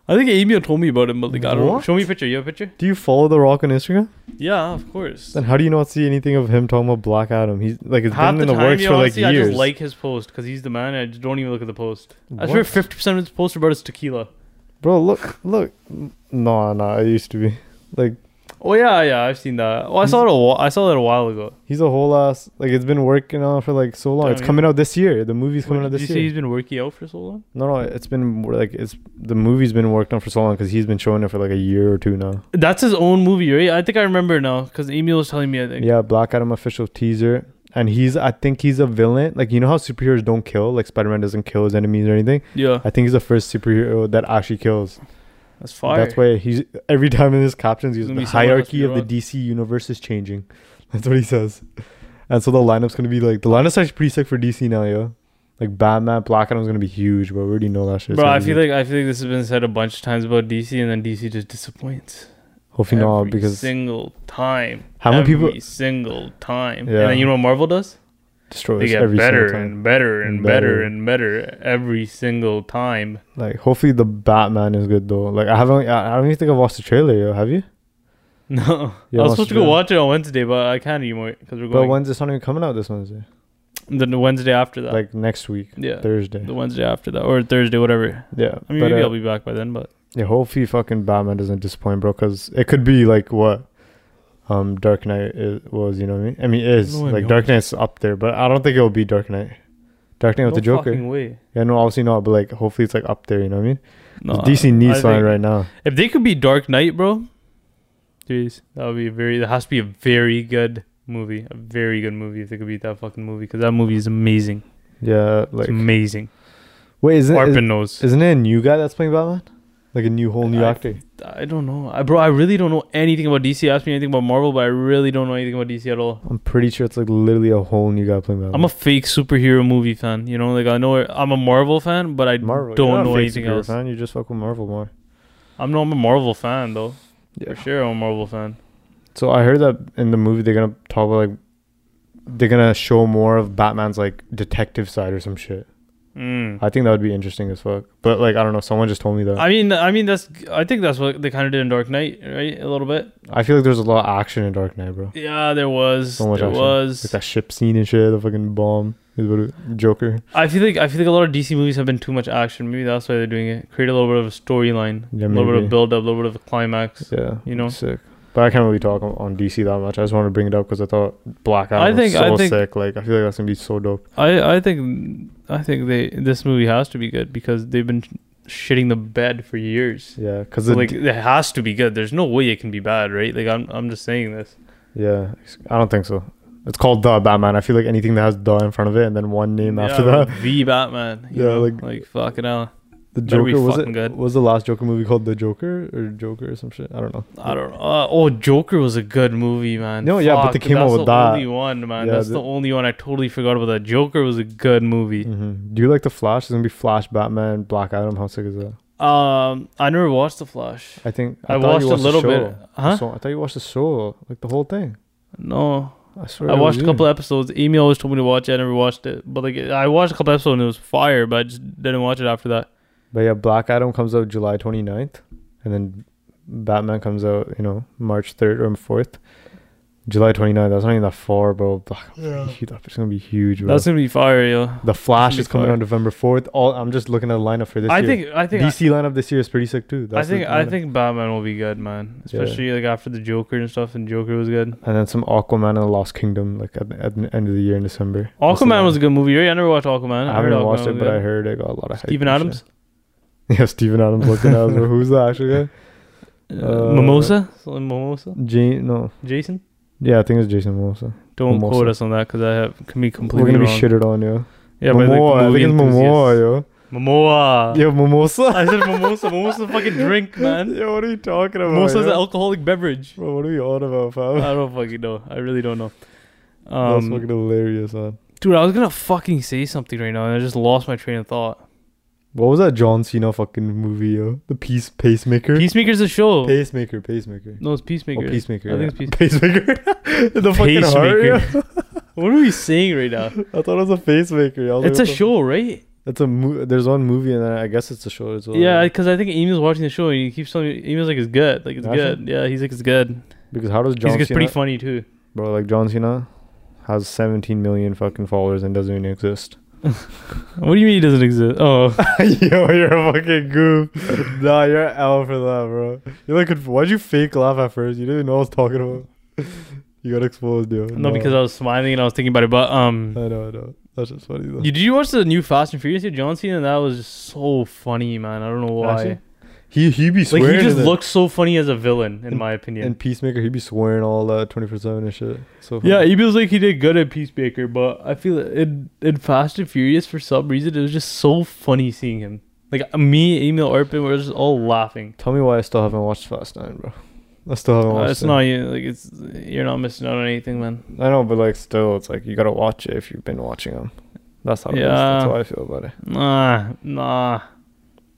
[SPEAKER 1] I think Emil told me about it, but like I don't.
[SPEAKER 2] What?
[SPEAKER 1] Show me a picture. You have a picture?
[SPEAKER 2] Do you follow The Rock on Instagram?
[SPEAKER 1] Yeah, of course.
[SPEAKER 2] Then how do you not see anything of him talking about Black Adam? He's like it's
[SPEAKER 1] Half
[SPEAKER 2] been in
[SPEAKER 1] the
[SPEAKER 2] the
[SPEAKER 1] time,
[SPEAKER 2] works
[SPEAKER 1] you
[SPEAKER 2] for
[SPEAKER 1] know,
[SPEAKER 2] like
[SPEAKER 1] honestly, I
[SPEAKER 2] years.
[SPEAKER 1] just like his post because he's the man. I just don't even look at the post. I
[SPEAKER 2] What?
[SPEAKER 1] swear, fifty percent of his posts are about his tequila.
[SPEAKER 2] Bro, look, look. No, no, I used to be like
[SPEAKER 1] Oh yeah, yeah, I've seen that. Oh, I saw it. A wh- I saw that a while ago.
[SPEAKER 2] he's a whole ass like it's been working on for like so long.
[SPEAKER 1] Damn,
[SPEAKER 2] it's
[SPEAKER 1] yeah.
[SPEAKER 2] coming out this year. The movie's coming
[SPEAKER 1] Wait,
[SPEAKER 2] out
[SPEAKER 1] did
[SPEAKER 2] this
[SPEAKER 1] you
[SPEAKER 2] year.
[SPEAKER 1] say he's been working out for so long?
[SPEAKER 2] No, no, it's been more like it's the movie's been worked on for so long because he's been showing it for like a year or two now.
[SPEAKER 1] That's his own movie, right? I think I remember now because Emil was telling me. I think.
[SPEAKER 2] Yeah, Black Adam official teaser, and he's I think he's a villain. Like you know how superheroes don't kill, like Spider Man doesn't kill his enemies or anything.
[SPEAKER 1] Yeah,
[SPEAKER 2] I think he's the first superhero that actually kills.
[SPEAKER 1] that's fire.
[SPEAKER 2] That's why he's every time in his captions he's
[SPEAKER 1] It's gonna
[SPEAKER 2] the
[SPEAKER 1] be someone else
[SPEAKER 2] hierarchy
[SPEAKER 1] we
[SPEAKER 2] of the
[SPEAKER 1] rock."
[SPEAKER 2] DC universe is changing. That's what he says, and so the lineup's gonna be like the lineup's actually pretty sick for DC now, yo. Like Batman, Black Adam's gonna be huge, bro. We already know that shit.
[SPEAKER 1] Bro, I feel like I feel like this has been said a bunch of times about DC, and then DC just disappoints.
[SPEAKER 2] Hofinawa
[SPEAKER 1] every
[SPEAKER 2] because
[SPEAKER 1] single time.
[SPEAKER 2] How many
[SPEAKER 1] every
[SPEAKER 2] people-
[SPEAKER 1] single time?
[SPEAKER 2] Yeah.
[SPEAKER 1] And then you know what Marvel does? They
[SPEAKER 2] destroys
[SPEAKER 1] get
[SPEAKER 2] every
[SPEAKER 1] better
[SPEAKER 2] single time.
[SPEAKER 1] and better and
[SPEAKER 2] And
[SPEAKER 1] better
[SPEAKER 2] better.
[SPEAKER 1] and better every single time.
[SPEAKER 2] Like hopefully the Batman is good though. Like I haven't. I I don't even think I've watched the trailer. Yo, have you?
[SPEAKER 1] No,
[SPEAKER 2] Yeah,
[SPEAKER 1] I was
[SPEAKER 2] once
[SPEAKER 1] supposed to
[SPEAKER 2] you
[SPEAKER 1] go
[SPEAKER 2] go-
[SPEAKER 1] watch it on Wednesday, but I can't anymore because we're
[SPEAKER 2] But
[SPEAKER 1] going
[SPEAKER 2] when's it's not even coming out this Wednesday?
[SPEAKER 1] the the Wednesday after that.
[SPEAKER 2] Like next week,
[SPEAKER 1] yeah,
[SPEAKER 2] Thursday.
[SPEAKER 1] Uh, the Wednesday after that or Thursday, whatever.
[SPEAKER 2] Yeah,
[SPEAKER 1] I mean,
[SPEAKER 2] but
[SPEAKER 1] maybe
[SPEAKER 2] uh,
[SPEAKER 1] I'll be back by then. But
[SPEAKER 2] yeah, hopefully fucking Batman doesn't disappoint, bro. Because it could be like what, um, Dark Knight is, was. You know what I mean? I mean, it is
[SPEAKER 1] No way,
[SPEAKER 2] like
[SPEAKER 1] bro.
[SPEAKER 2] Dark Knight's up there, but I don't think it'll be Dark Knight. Dark Knight
[SPEAKER 1] no
[SPEAKER 2] with the Joker.
[SPEAKER 1] fucking way.
[SPEAKER 2] Yeah, no, obviously not. But like, hopefully it's like up there. You know what I mean?
[SPEAKER 1] No,
[SPEAKER 2] DC
[SPEAKER 1] I
[SPEAKER 2] needs
[SPEAKER 1] think-
[SPEAKER 2] one right now.
[SPEAKER 1] If they could be Dark Knight, bro, jeez, that would be a very. That has to be a very good movie. A very good movie if they could beat that fucking movie because that movie is amazing.
[SPEAKER 2] Yeah, like
[SPEAKER 1] it's amazing.
[SPEAKER 2] wait, isn't
[SPEAKER 1] Arpin
[SPEAKER 2] is,
[SPEAKER 1] knows.
[SPEAKER 2] isn't it a new guy that's playing Batman? Like a new whole new
[SPEAKER 1] I-
[SPEAKER 2] actor.
[SPEAKER 1] I don't know, I, bro. I really don't know anything about DC. Ask me anything about Marvel, but I really don't know anything about DC at all.
[SPEAKER 2] I'm pretty sure it's like literally a whole new guy playing Batman.
[SPEAKER 1] I'm a fake superhero movie fan. You know, like I know I'm a Marvel fan, but I
[SPEAKER 2] you're not
[SPEAKER 1] don't
[SPEAKER 2] a
[SPEAKER 1] know
[SPEAKER 2] fake
[SPEAKER 1] anything
[SPEAKER 2] superhero
[SPEAKER 1] else.
[SPEAKER 2] Fan. You just fuck with Marvel more.
[SPEAKER 1] I'm not I'm a Marvel fan though.
[SPEAKER 2] Yeah.
[SPEAKER 1] For sure, I'm a Marvel fan.
[SPEAKER 2] So I heard that in the movie they're gonna talk about like they're gonna show more of Batman's like detective side or some shit.
[SPEAKER 1] Mm.
[SPEAKER 2] I think that would be interesting as fuck. But like I don't know, someone just told me that. I,
[SPEAKER 1] I mean, I mean that's. I think that's what they kind of did in Dark Knight, right? A little bit.
[SPEAKER 2] feel like there's a lot of action in Dark Knight, bro.
[SPEAKER 1] Yeah, there was.
[SPEAKER 2] So much
[SPEAKER 1] there
[SPEAKER 2] action. Like
[SPEAKER 1] was.
[SPEAKER 2] that ship scene and shit, the fucking bomb, the Joker.
[SPEAKER 1] I feel like I feel like a lot of DC movies have been too much action. Maybe that's why they're doing it. Create a little bit of a storyline, a
[SPEAKER 2] Yeah,
[SPEAKER 1] little bit
[SPEAKER 2] maybe.
[SPEAKER 1] of build up, a little bit of a climax.
[SPEAKER 2] Yeah,
[SPEAKER 1] You know?
[SPEAKER 2] sick. But I can't really talk on, on DC that much. I just want to bring it up because I thought Black Adam
[SPEAKER 1] I
[SPEAKER 2] was
[SPEAKER 1] think-
[SPEAKER 2] so
[SPEAKER 1] I think-
[SPEAKER 2] sick. Like I feel like that's gonna be so dope.
[SPEAKER 1] I I think I think they this movie has to be good because they've been shitting the bed for years.
[SPEAKER 2] Yeah, because
[SPEAKER 1] So, like it has to be good. There's no way it can be bad, right? Like I'm I'm just saying this.
[SPEAKER 2] Yeah, I don't think so. It's called the Batman. I feel like anything that has the in front of it and then one name after
[SPEAKER 1] Yeah,
[SPEAKER 2] that.
[SPEAKER 1] the Batman. you
[SPEAKER 2] Yeah,
[SPEAKER 1] know?
[SPEAKER 2] like-
[SPEAKER 1] like fucking hell.
[SPEAKER 2] The
[SPEAKER 1] Better be
[SPEAKER 2] Joker was it?
[SPEAKER 1] fucking good.
[SPEAKER 2] Was the last Joker movie called The Joker or Joker or some shit? I don't know.
[SPEAKER 1] I don't know. Uh, oh, Joker was a good movie, man.
[SPEAKER 2] No, yeah, but they
[SPEAKER 1] Fuck,
[SPEAKER 2] came out
[SPEAKER 1] that's
[SPEAKER 2] with
[SPEAKER 1] the
[SPEAKER 2] that.
[SPEAKER 1] only one, man.
[SPEAKER 2] Yeah,
[SPEAKER 1] that's
[SPEAKER 2] the-
[SPEAKER 1] the only one I totally forgot about. That Joker was a good movie.
[SPEAKER 2] hmm Do you like the Flash? It's gonna be Flash, Batman, Black Adam. How sick is that?
[SPEAKER 1] Um, I never watched The Flash.
[SPEAKER 2] Mm. I think
[SPEAKER 1] I,
[SPEAKER 2] thought you
[SPEAKER 1] watched a
[SPEAKER 2] the
[SPEAKER 1] little
[SPEAKER 2] show.
[SPEAKER 1] bit. Huh?
[SPEAKER 2] So- I thought you watched the show, like the whole thing.
[SPEAKER 1] No,
[SPEAKER 2] I swear.
[SPEAKER 1] I
[SPEAKER 2] it
[SPEAKER 1] watched
[SPEAKER 2] was
[SPEAKER 1] a
[SPEAKER 2] you.
[SPEAKER 1] couple episodes. Amy always told me to watch it. I never watched it, but like I watched a couple episodes and it was fire. But I just didn't watch it after that.
[SPEAKER 2] But yeah, Black Adam comes out July 29th, and then Batman comes out, you know, March 3rd or 4th. July 29th. That's not even that far, bro. Black Adam's huge. It's gonna be huge, bro.
[SPEAKER 1] That's gonna be fire, yo.
[SPEAKER 2] The Flash
[SPEAKER 1] Should be
[SPEAKER 2] is coming
[SPEAKER 1] fire.
[SPEAKER 2] on November fourth. All I'm just looking at the lineup for this
[SPEAKER 1] I
[SPEAKER 2] year.
[SPEAKER 1] think I think
[SPEAKER 2] DC lineup this year is pretty sick too.
[SPEAKER 1] I
[SPEAKER 2] That's the
[SPEAKER 1] think I
[SPEAKER 2] lineup.
[SPEAKER 1] think Batman will be good, man.
[SPEAKER 2] Yeah.
[SPEAKER 1] Especially like after the Joker and stuff, and Joker was good.
[SPEAKER 2] And then some Aquaman and the Lost Kingdom, like at the, at the end of the year in December. That's the
[SPEAKER 1] Aquaman
[SPEAKER 2] lineup.
[SPEAKER 1] was a good movie. Right? I never watched Aquaman.
[SPEAKER 2] I haven't
[SPEAKER 1] heard
[SPEAKER 2] watched
[SPEAKER 1] Aquaman
[SPEAKER 2] it,
[SPEAKER 1] was
[SPEAKER 2] but I
[SPEAKER 1] good.
[SPEAKER 2] heard it got a lot of. hype
[SPEAKER 1] Steven
[SPEAKER 2] and
[SPEAKER 1] Adams,
[SPEAKER 2] shit. Yeah, Steven Adams looking at us. bro. Who's the actual guy?
[SPEAKER 1] Uh,
[SPEAKER 2] Uh,
[SPEAKER 1] Mimosa, Someone Mimosa,
[SPEAKER 2] Jane? No.
[SPEAKER 1] Jason.
[SPEAKER 2] Yeah, I think it's Jason Momoa.
[SPEAKER 1] Don't
[SPEAKER 2] Mimosa.
[SPEAKER 1] quote us on that because I have can be
[SPEAKER 2] We're
[SPEAKER 1] completely
[SPEAKER 2] gonna be
[SPEAKER 1] wrong.
[SPEAKER 2] shitted on, yo.
[SPEAKER 1] Yeah, but like,
[SPEAKER 2] Momoa. I
[SPEAKER 1] movie
[SPEAKER 2] think it's
[SPEAKER 1] enthusiasts.
[SPEAKER 2] Momoa,
[SPEAKER 1] Momoa.
[SPEAKER 2] yo. Yo, Mimosa.
[SPEAKER 1] I said mimosa. Mimosa's a fucking drink, man.
[SPEAKER 2] yo, what are you talking about?
[SPEAKER 1] Mimosa's an
[SPEAKER 2] yo?
[SPEAKER 1] alcoholic beverage.
[SPEAKER 2] Bro, what are we on about,
[SPEAKER 1] I
[SPEAKER 2] fam?
[SPEAKER 1] don't fucking know. I really don't know.
[SPEAKER 2] That's
[SPEAKER 1] Um,
[SPEAKER 2] fucking hilarious, man.
[SPEAKER 1] dude, I was gonna fucking say something right now, and I just lost my train of thought.
[SPEAKER 2] What was that John Cena fucking movie, yo? The Peace Pacemaker.
[SPEAKER 1] Peacemaker's a show.
[SPEAKER 2] Pacemaker, Pacemaker.
[SPEAKER 1] no, it's
[SPEAKER 2] Oh,
[SPEAKER 1] Peacemaker.
[SPEAKER 2] Peacemaker.
[SPEAKER 1] I
[SPEAKER 2] yeah.
[SPEAKER 1] think it's
[SPEAKER 2] Pacemaker. the fucking heart,
[SPEAKER 1] Pacemaker.
[SPEAKER 2] yo.
[SPEAKER 1] what are we saying right now?
[SPEAKER 2] I thought it was a pacemaker. I was
[SPEAKER 1] It's a
[SPEAKER 2] like, what the-
[SPEAKER 1] show, right?
[SPEAKER 2] It's a mo- There's one movie, and then I guess it's a show as well.
[SPEAKER 1] Yeah, because I think Emil's watching the show, and he keeps telling me Emil's like it's good, like it's
[SPEAKER 2] Actually?
[SPEAKER 1] good. Yeah, he's like it's good.
[SPEAKER 2] Because how does
[SPEAKER 1] He's
[SPEAKER 2] John
[SPEAKER 1] like, it's
[SPEAKER 2] Cena?
[SPEAKER 1] pretty funny too.
[SPEAKER 2] bro, like John Cena has 17 million fucking followers and doesn't even exist.
[SPEAKER 1] What do you mean he doesn't exist? Oh,
[SPEAKER 2] Yo, you're a fucking goof. nah, you're L for that, bro. You're like, why'd you fake laugh at first? You didn't even know what I was talking about. you got exposed, yo.
[SPEAKER 1] no, because I was smiling and I was thinking about it, but um.
[SPEAKER 2] I know, I know. That's just funny though.
[SPEAKER 1] You, did you watch the new Fast and Furious? Yeah, John Cena, that was just so funny, man. I don't know why.
[SPEAKER 2] Actually, he he be
[SPEAKER 1] like
[SPEAKER 2] swearing.
[SPEAKER 1] he just
[SPEAKER 2] in it.
[SPEAKER 1] looks so funny as a villain, in my opinion.
[SPEAKER 2] And Peacemaker, he be swearing all that 24 seven and shit. So
[SPEAKER 1] yeah, he feels like he did good at Peacemaker, but I feel in in Fast and Furious for some reason it was just so funny seeing him. Like me, Emil, Arpin, we're just all laughing.
[SPEAKER 2] Tell me why I still haven't watched Fast Nine, bro. I still haven't
[SPEAKER 1] Uh,
[SPEAKER 2] watched
[SPEAKER 1] it's
[SPEAKER 2] it.
[SPEAKER 1] not you. Like it's you're not missing out on anything, man.
[SPEAKER 2] I know, but like, still, it's like you gotta watch it if you've been watching them. That's how it is. That's
[SPEAKER 1] Yeah.
[SPEAKER 2] how I feel about it.
[SPEAKER 1] Nah, nah.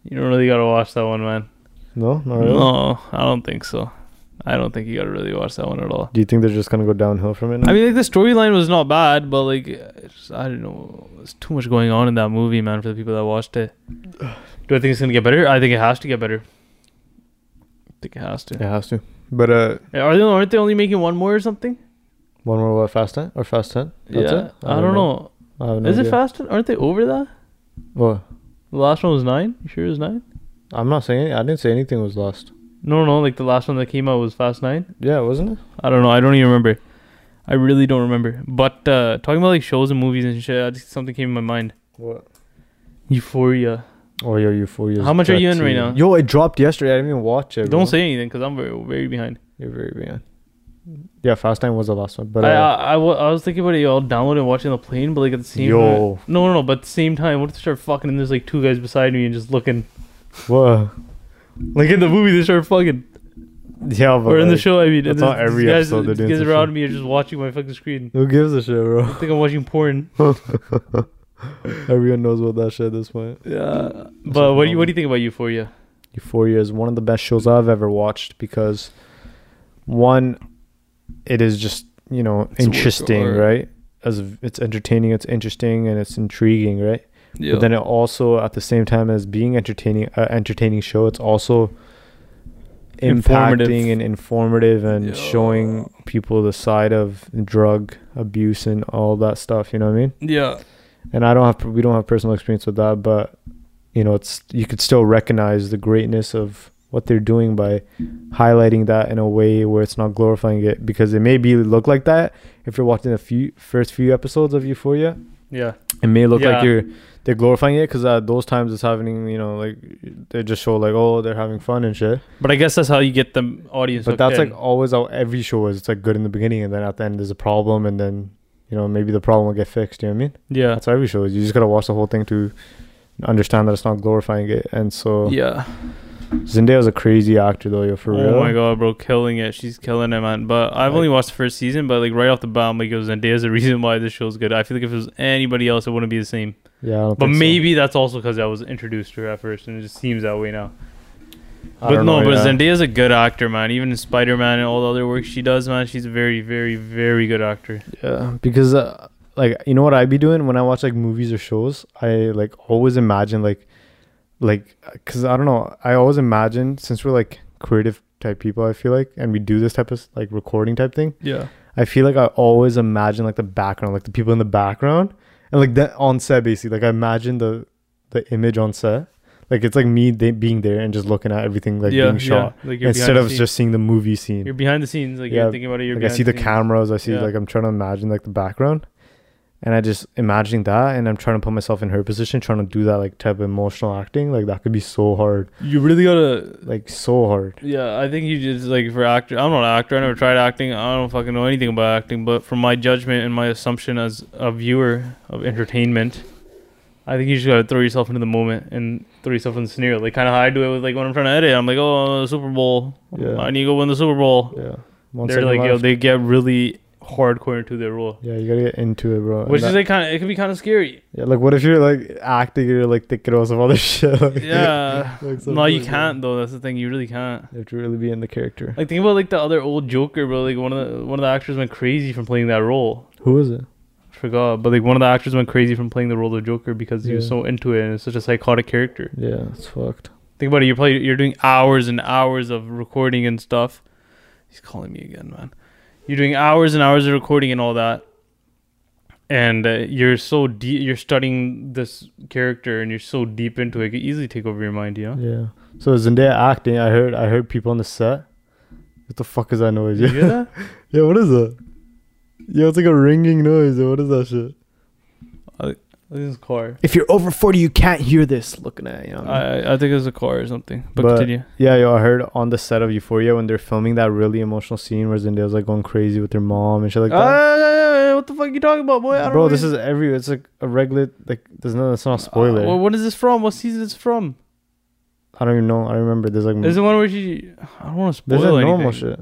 [SPEAKER 1] You don't Oh, really gotta watch that one, man.
[SPEAKER 2] No, not really.
[SPEAKER 1] No, I don't think so. I don't think you gotta really watch that one at all.
[SPEAKER 2] Do you think they're just gonna go downhill from it? Now?
[SPEAKER 1] I mean, like the storyline was not bad, but like it's just, I don't know, there's too much going on in that movie, man. For the people that watched it, do I think it's gonna get better? I think it has to get better. I think it has to.
[SPEAKER 2] it has to. But uh,
[SPEAKER 1] Are they? Aren't they only making one more or something?
[SPEAKER 2] one more what, Fast Ten or Fast Ten? That's
[SPEAKER 1] yeah,
[SPEAKER 2] it.
[SPEAKER 1] I, don't know.
[SPEAKER 2] I have no
[SPEAKER 1] Is it
[SPEAKER 2] idea.
[SPEAKER 1] fast? Aren't they over that?
[SPEAKER 2] Well,
[SPEAKER 1] The last one was nine. You sure it was nine?
[SPEAKER 2] I'm not saying. I didn't say anything was lost.
[SPEAKER 1] No, no, like the last one that came out was Fast Nine.
[SPEAKER 2] Yeah, wasn't it?
[SPEAKER 1] I don't know. I don't even remember. I really don't remember. But uh talking about like shows and movies and shit, I just, something came in my mind.
[SPEAKER 2] What?
[SPEAKER 1] Euphoria.
[SPEAKER 2] Oh, yo, Euphoria.
[SPEAKER 1] How much are you in right now?
[SPEAKER 2] Yo, it dropped yesterday. I didn't even watch it. bro.
[SPEAKER 1] Don't say anything because I'm very, very behind.
[SPEAKER 2] You're very bad. Yeah, Fast Time was the last one, but
[SPEAKER 1] But I,
[SPEAKER 2] uh,
[SPEAKER 1] I, I, wa- I was thinking about it. Y'all downloading and watching the plane, but like at the same
[SPEAKER 2] Yo.
[SPEAKER 1] time, no, no, no. But at the same time, what if they start fucking and there's like two guys beside me and just looking
[SPEAKER 2] whoa,
[SPEAKER 1] like in the movie they start fucking
[SPEAKER 2] yeah, but
[SPEAKER 1] or in the
[SPEAKER 2] like,
[SPEAKER 1] show. I mean,
[SPEAKER 2] that's
[SPEAKER 1] and
[SPEAKER 2] not
[SPEAKER 1] there's-
[SPEAKER 2] every
[SPEAKER 1] these
[SPEAKER 2] episode they're
[SPEAKER 1] Guys,
[SPEAKER 2] doing
[SPEAKER 1] these guys
[SPEAKER 2] some
[SPEAKER 1] around
[SPEAKER 2] shit.
[SPEAKER 1] me are just watching my fucking screen.
[SPEAKER 2] Who gives a shit, bro?
[SPEAKER 1] I think I'm watching porn.
[SPEAKER 2] Everyone knows about that shit at this point.
[SPEAKER 1] Yeah, but what do you what do you think about Euphoria?
[SPEAKER 2] Euphoria is one of the best shows I've ever watched because one, it is just you know
[SPEAKER 1] It's a work of
[SPEAKER 2] interesting,
[SPEAKER 1] art.
[SPEAKER 2] right? As of- it's entertaining, it's interesting, and it's intriguing, right? But then it also, at the same time as being entertaining, uh, entertaining show, it's also
[SPEAKER 1] Informative.
[SPEAKER 2] impacting and informative and
[SPEAKER 1] Yeah.
[SPEAKER 2] showing people the side of drug abuse and all that stuff. You know what I mean?
[SPEAKER 1] yeah,
[SPEAKER 2] And I don't have we don't have personal experience with that, but you know, it's you could still recognize the greatness of what they're doing by highlighting that in a way where it's not glorifying it because it may be look like that if you're watching the few first few episodes of Euphoria
[SPEAKER 1] yeah,
[SPEAKER 2] it may look
[SPEAKER 1] Yeah.
[SPEAKER 2] like you're they're glorifying it because at those times it's happening you know like they just show like oh they're having fun and shit
[SPEAKER 1] but I guess that's how you get the audience.
[SPEAKER 2] but
[SPEAKER 1] hooked
[SPEAKER 2] that's
[SPEAKER 1] in.
[SPEAKER 2] like always how every show is it's like good in the beginning and then at the end there's a problem and then you know maybe the problem will get fixed you know what i mean
[SPEAKER 1] yeah,
[SPEAKER 2] that's how every show is you just gotta watch the whole thing to understand that it's not glorifying it and so
[SPEAKER 1] yeah.
[SPEAKER 2] zendaya was a crazy actor though yo for real
[SPEAKER 1] Oh my god, bro, killing it. She's killing it, man. But I've
[SPEAKER 2] Like-
[SPEAKER 1] only watched the first season, but like right off the bat, I'm like, yo, Zendaya's the reason why this show's good. I feel like if it was anybody else, it wouldn't be the same.
[SPEAKER 2] yeah I don't
[SPEAKER 1] But
[SPEAKER 2] think so.
[SPEAKER 1] maybe that's also because I was introduced to her at first, and it just seems that way now.
[SPEAKER 2] I
[SPEAKER 1] But
[SPEAKER 2] don't
[SPEAKER 1] no,
[SPEAKER 2] know,
[SPEAKER 1] but
[SPEAKER 2] yeah.
[SPEAKER 1] Zendaya's a good actor, man. Even in Spider Man and all the other work she does, man, she's a very, very, very good actor.
[SPEAKER 2] Yeah, because uh, like you know what I be doing when I watch like movies or shows, I like always imagine like like cuz I don't know, I always imagine since we're like creative type people, I feel like and we do this type of s- like recording type thing,
[SPEAKER 1] Yeah.
[SPEAKER 2] I feel like I always imagine like the background, like the people in the background and like that on set basically. Like I imagine the the image on set. Like it's like me they, being there and just looking at everything like being shot
[SPEAKER 1] Like you're
[SPEAKER 2] instead
[SPEAKER 1] behind the
[SPEAKER 2] of
[SPEAKER 1] scenes.
[SPEAKER 2] just seeing the movie scene
[SPEAKER 1] you're behind the scenes, like
[SPEAKER 2] Yeah,
[SPEAKER 1] you're thinking about it. You're
[SPEAKER 2] like I
[SPEAKER 1] behind
[SPEAKER 2] see the
[SPEAKER 1] scenes.
[SPEAKER 2] cameras, I see
[SPEAKER 1] Yeah.
[SPEAKER 2] like I'm trying to imagine like the background, and I just imagining that, and I'm trying to put myself in her position, trying to do that like type of emotional acting, like that could be so hard,
[SPEAKER 1] You really gotta
[SPEAKER 2] like so hard.
[SPEAKER 1] Yeah, I think you just like for actor. I'm not an actor. I never tried acting. I don't fucking know anything about acting. But from my judgment and my assumption as a viewer of entertainment, I think you just gotta throw yourself into the moment and throw yourself in the scenario. Like kind of how I do it with like when I'm trying to edit. I'm like, oh, Super Bowl.
[SPEAKER 2] Yeah.
[SPEAKER 1] I need to go win the Super Bowl.
[SPEAKER 2] Yeah, One
[SPEAKER 1] They're
[SPEAKER 2] second
[SPEAKER 1] like, yo,
[SPEAKER 2] left.
[SPEAKER 1] they get really hardcore into their role,
[SPEAKER 2] yeah, you gotta get into it, bro. And
[SPEAKER 1] which
[SPEAKER 2] that-
[SPEAKER 1] is like kind of it can be kind of scary.
[SPEAKER 2] yeah, like what if you're like acting, you're like thinking about some other shit. Like,
[SPEAKER 1] Yeah.
[SPEAKER 2] like
[SPEAKER 1] no, you
[SPEAKER 2] something,
[SPEAKER 1] can't though. That's the thing. You really can't.
[SPEAKER 2] You have to really be in the character.
[SPEAKER 1] Like think about like the other old Joker, bro. Like one of the one of the actors went crazy from playing that role.
[SPEAKER 2] Who is it?
[SPEAKER 1] forgot, but like one of the actors went crazy from playing the role of Joker because he was
[SPEAKER 2] Yeah.
[SPEAKER 1] so into it and it's such a psychotic character.
[SPEAKER 2] Yeah, it's fucked.
[SPEAKER 1] Think about it. You're play, You're doing hours and hours of recording and stuff. He's calling me again, man. You're doing hours and hours of recording and all that, and uh, you're so deep. You're studying this character and you're so deep into it. It could easily take over your mind, you know.
[SPEAKER 2] Yeah. So Zendaya acting, I heard, I heard people on the set. What the fuck is that noise?
[SPEAKER 1] You hear that?
[SPEAKER 2] Yeah, what is that? Yeah, it's like a ringing noise. What is that shit?
[SPEAKER 1] This is a car.
[SPEAKER 2] If you're over 40, you can't hear this. Looking at you. know what I mean?
[SPEAKER 1] I I think it's a car or something. But,
[SPEAKER 2] But-
[SPEAKER 1] continue.
[SPEAKER 2] yeah, yo, I heard on the set of Euphoria when they're filming that really emotional scene where Zendaya's like going crazy with her mom and shit
[SPEAKER 1] Ah,
[SPEAKER 2] like that.
[SPEAKER 1] Uh, what the fuck are you talking about, boy? I don't
[SPEAKER 2] Bro,
[SPEAKER 1] know
[SPEAKER 2] this
[SPEAKER 1] you-
[SPEAKER 2] is every. It's like a regular. Like, there's no. It's not a spoiler.
[SPEAKER 1] Uh, wh- what is this from? What season is this from?
[SPEAKER 2] I don't even know. I remember. There's like.
[SPEAKER 1] Is the one where she? I don't want to spoil
[SPEAKER 2] there's like
[SPEAKER 1] anything.
[SPEAKER 2] normal shit.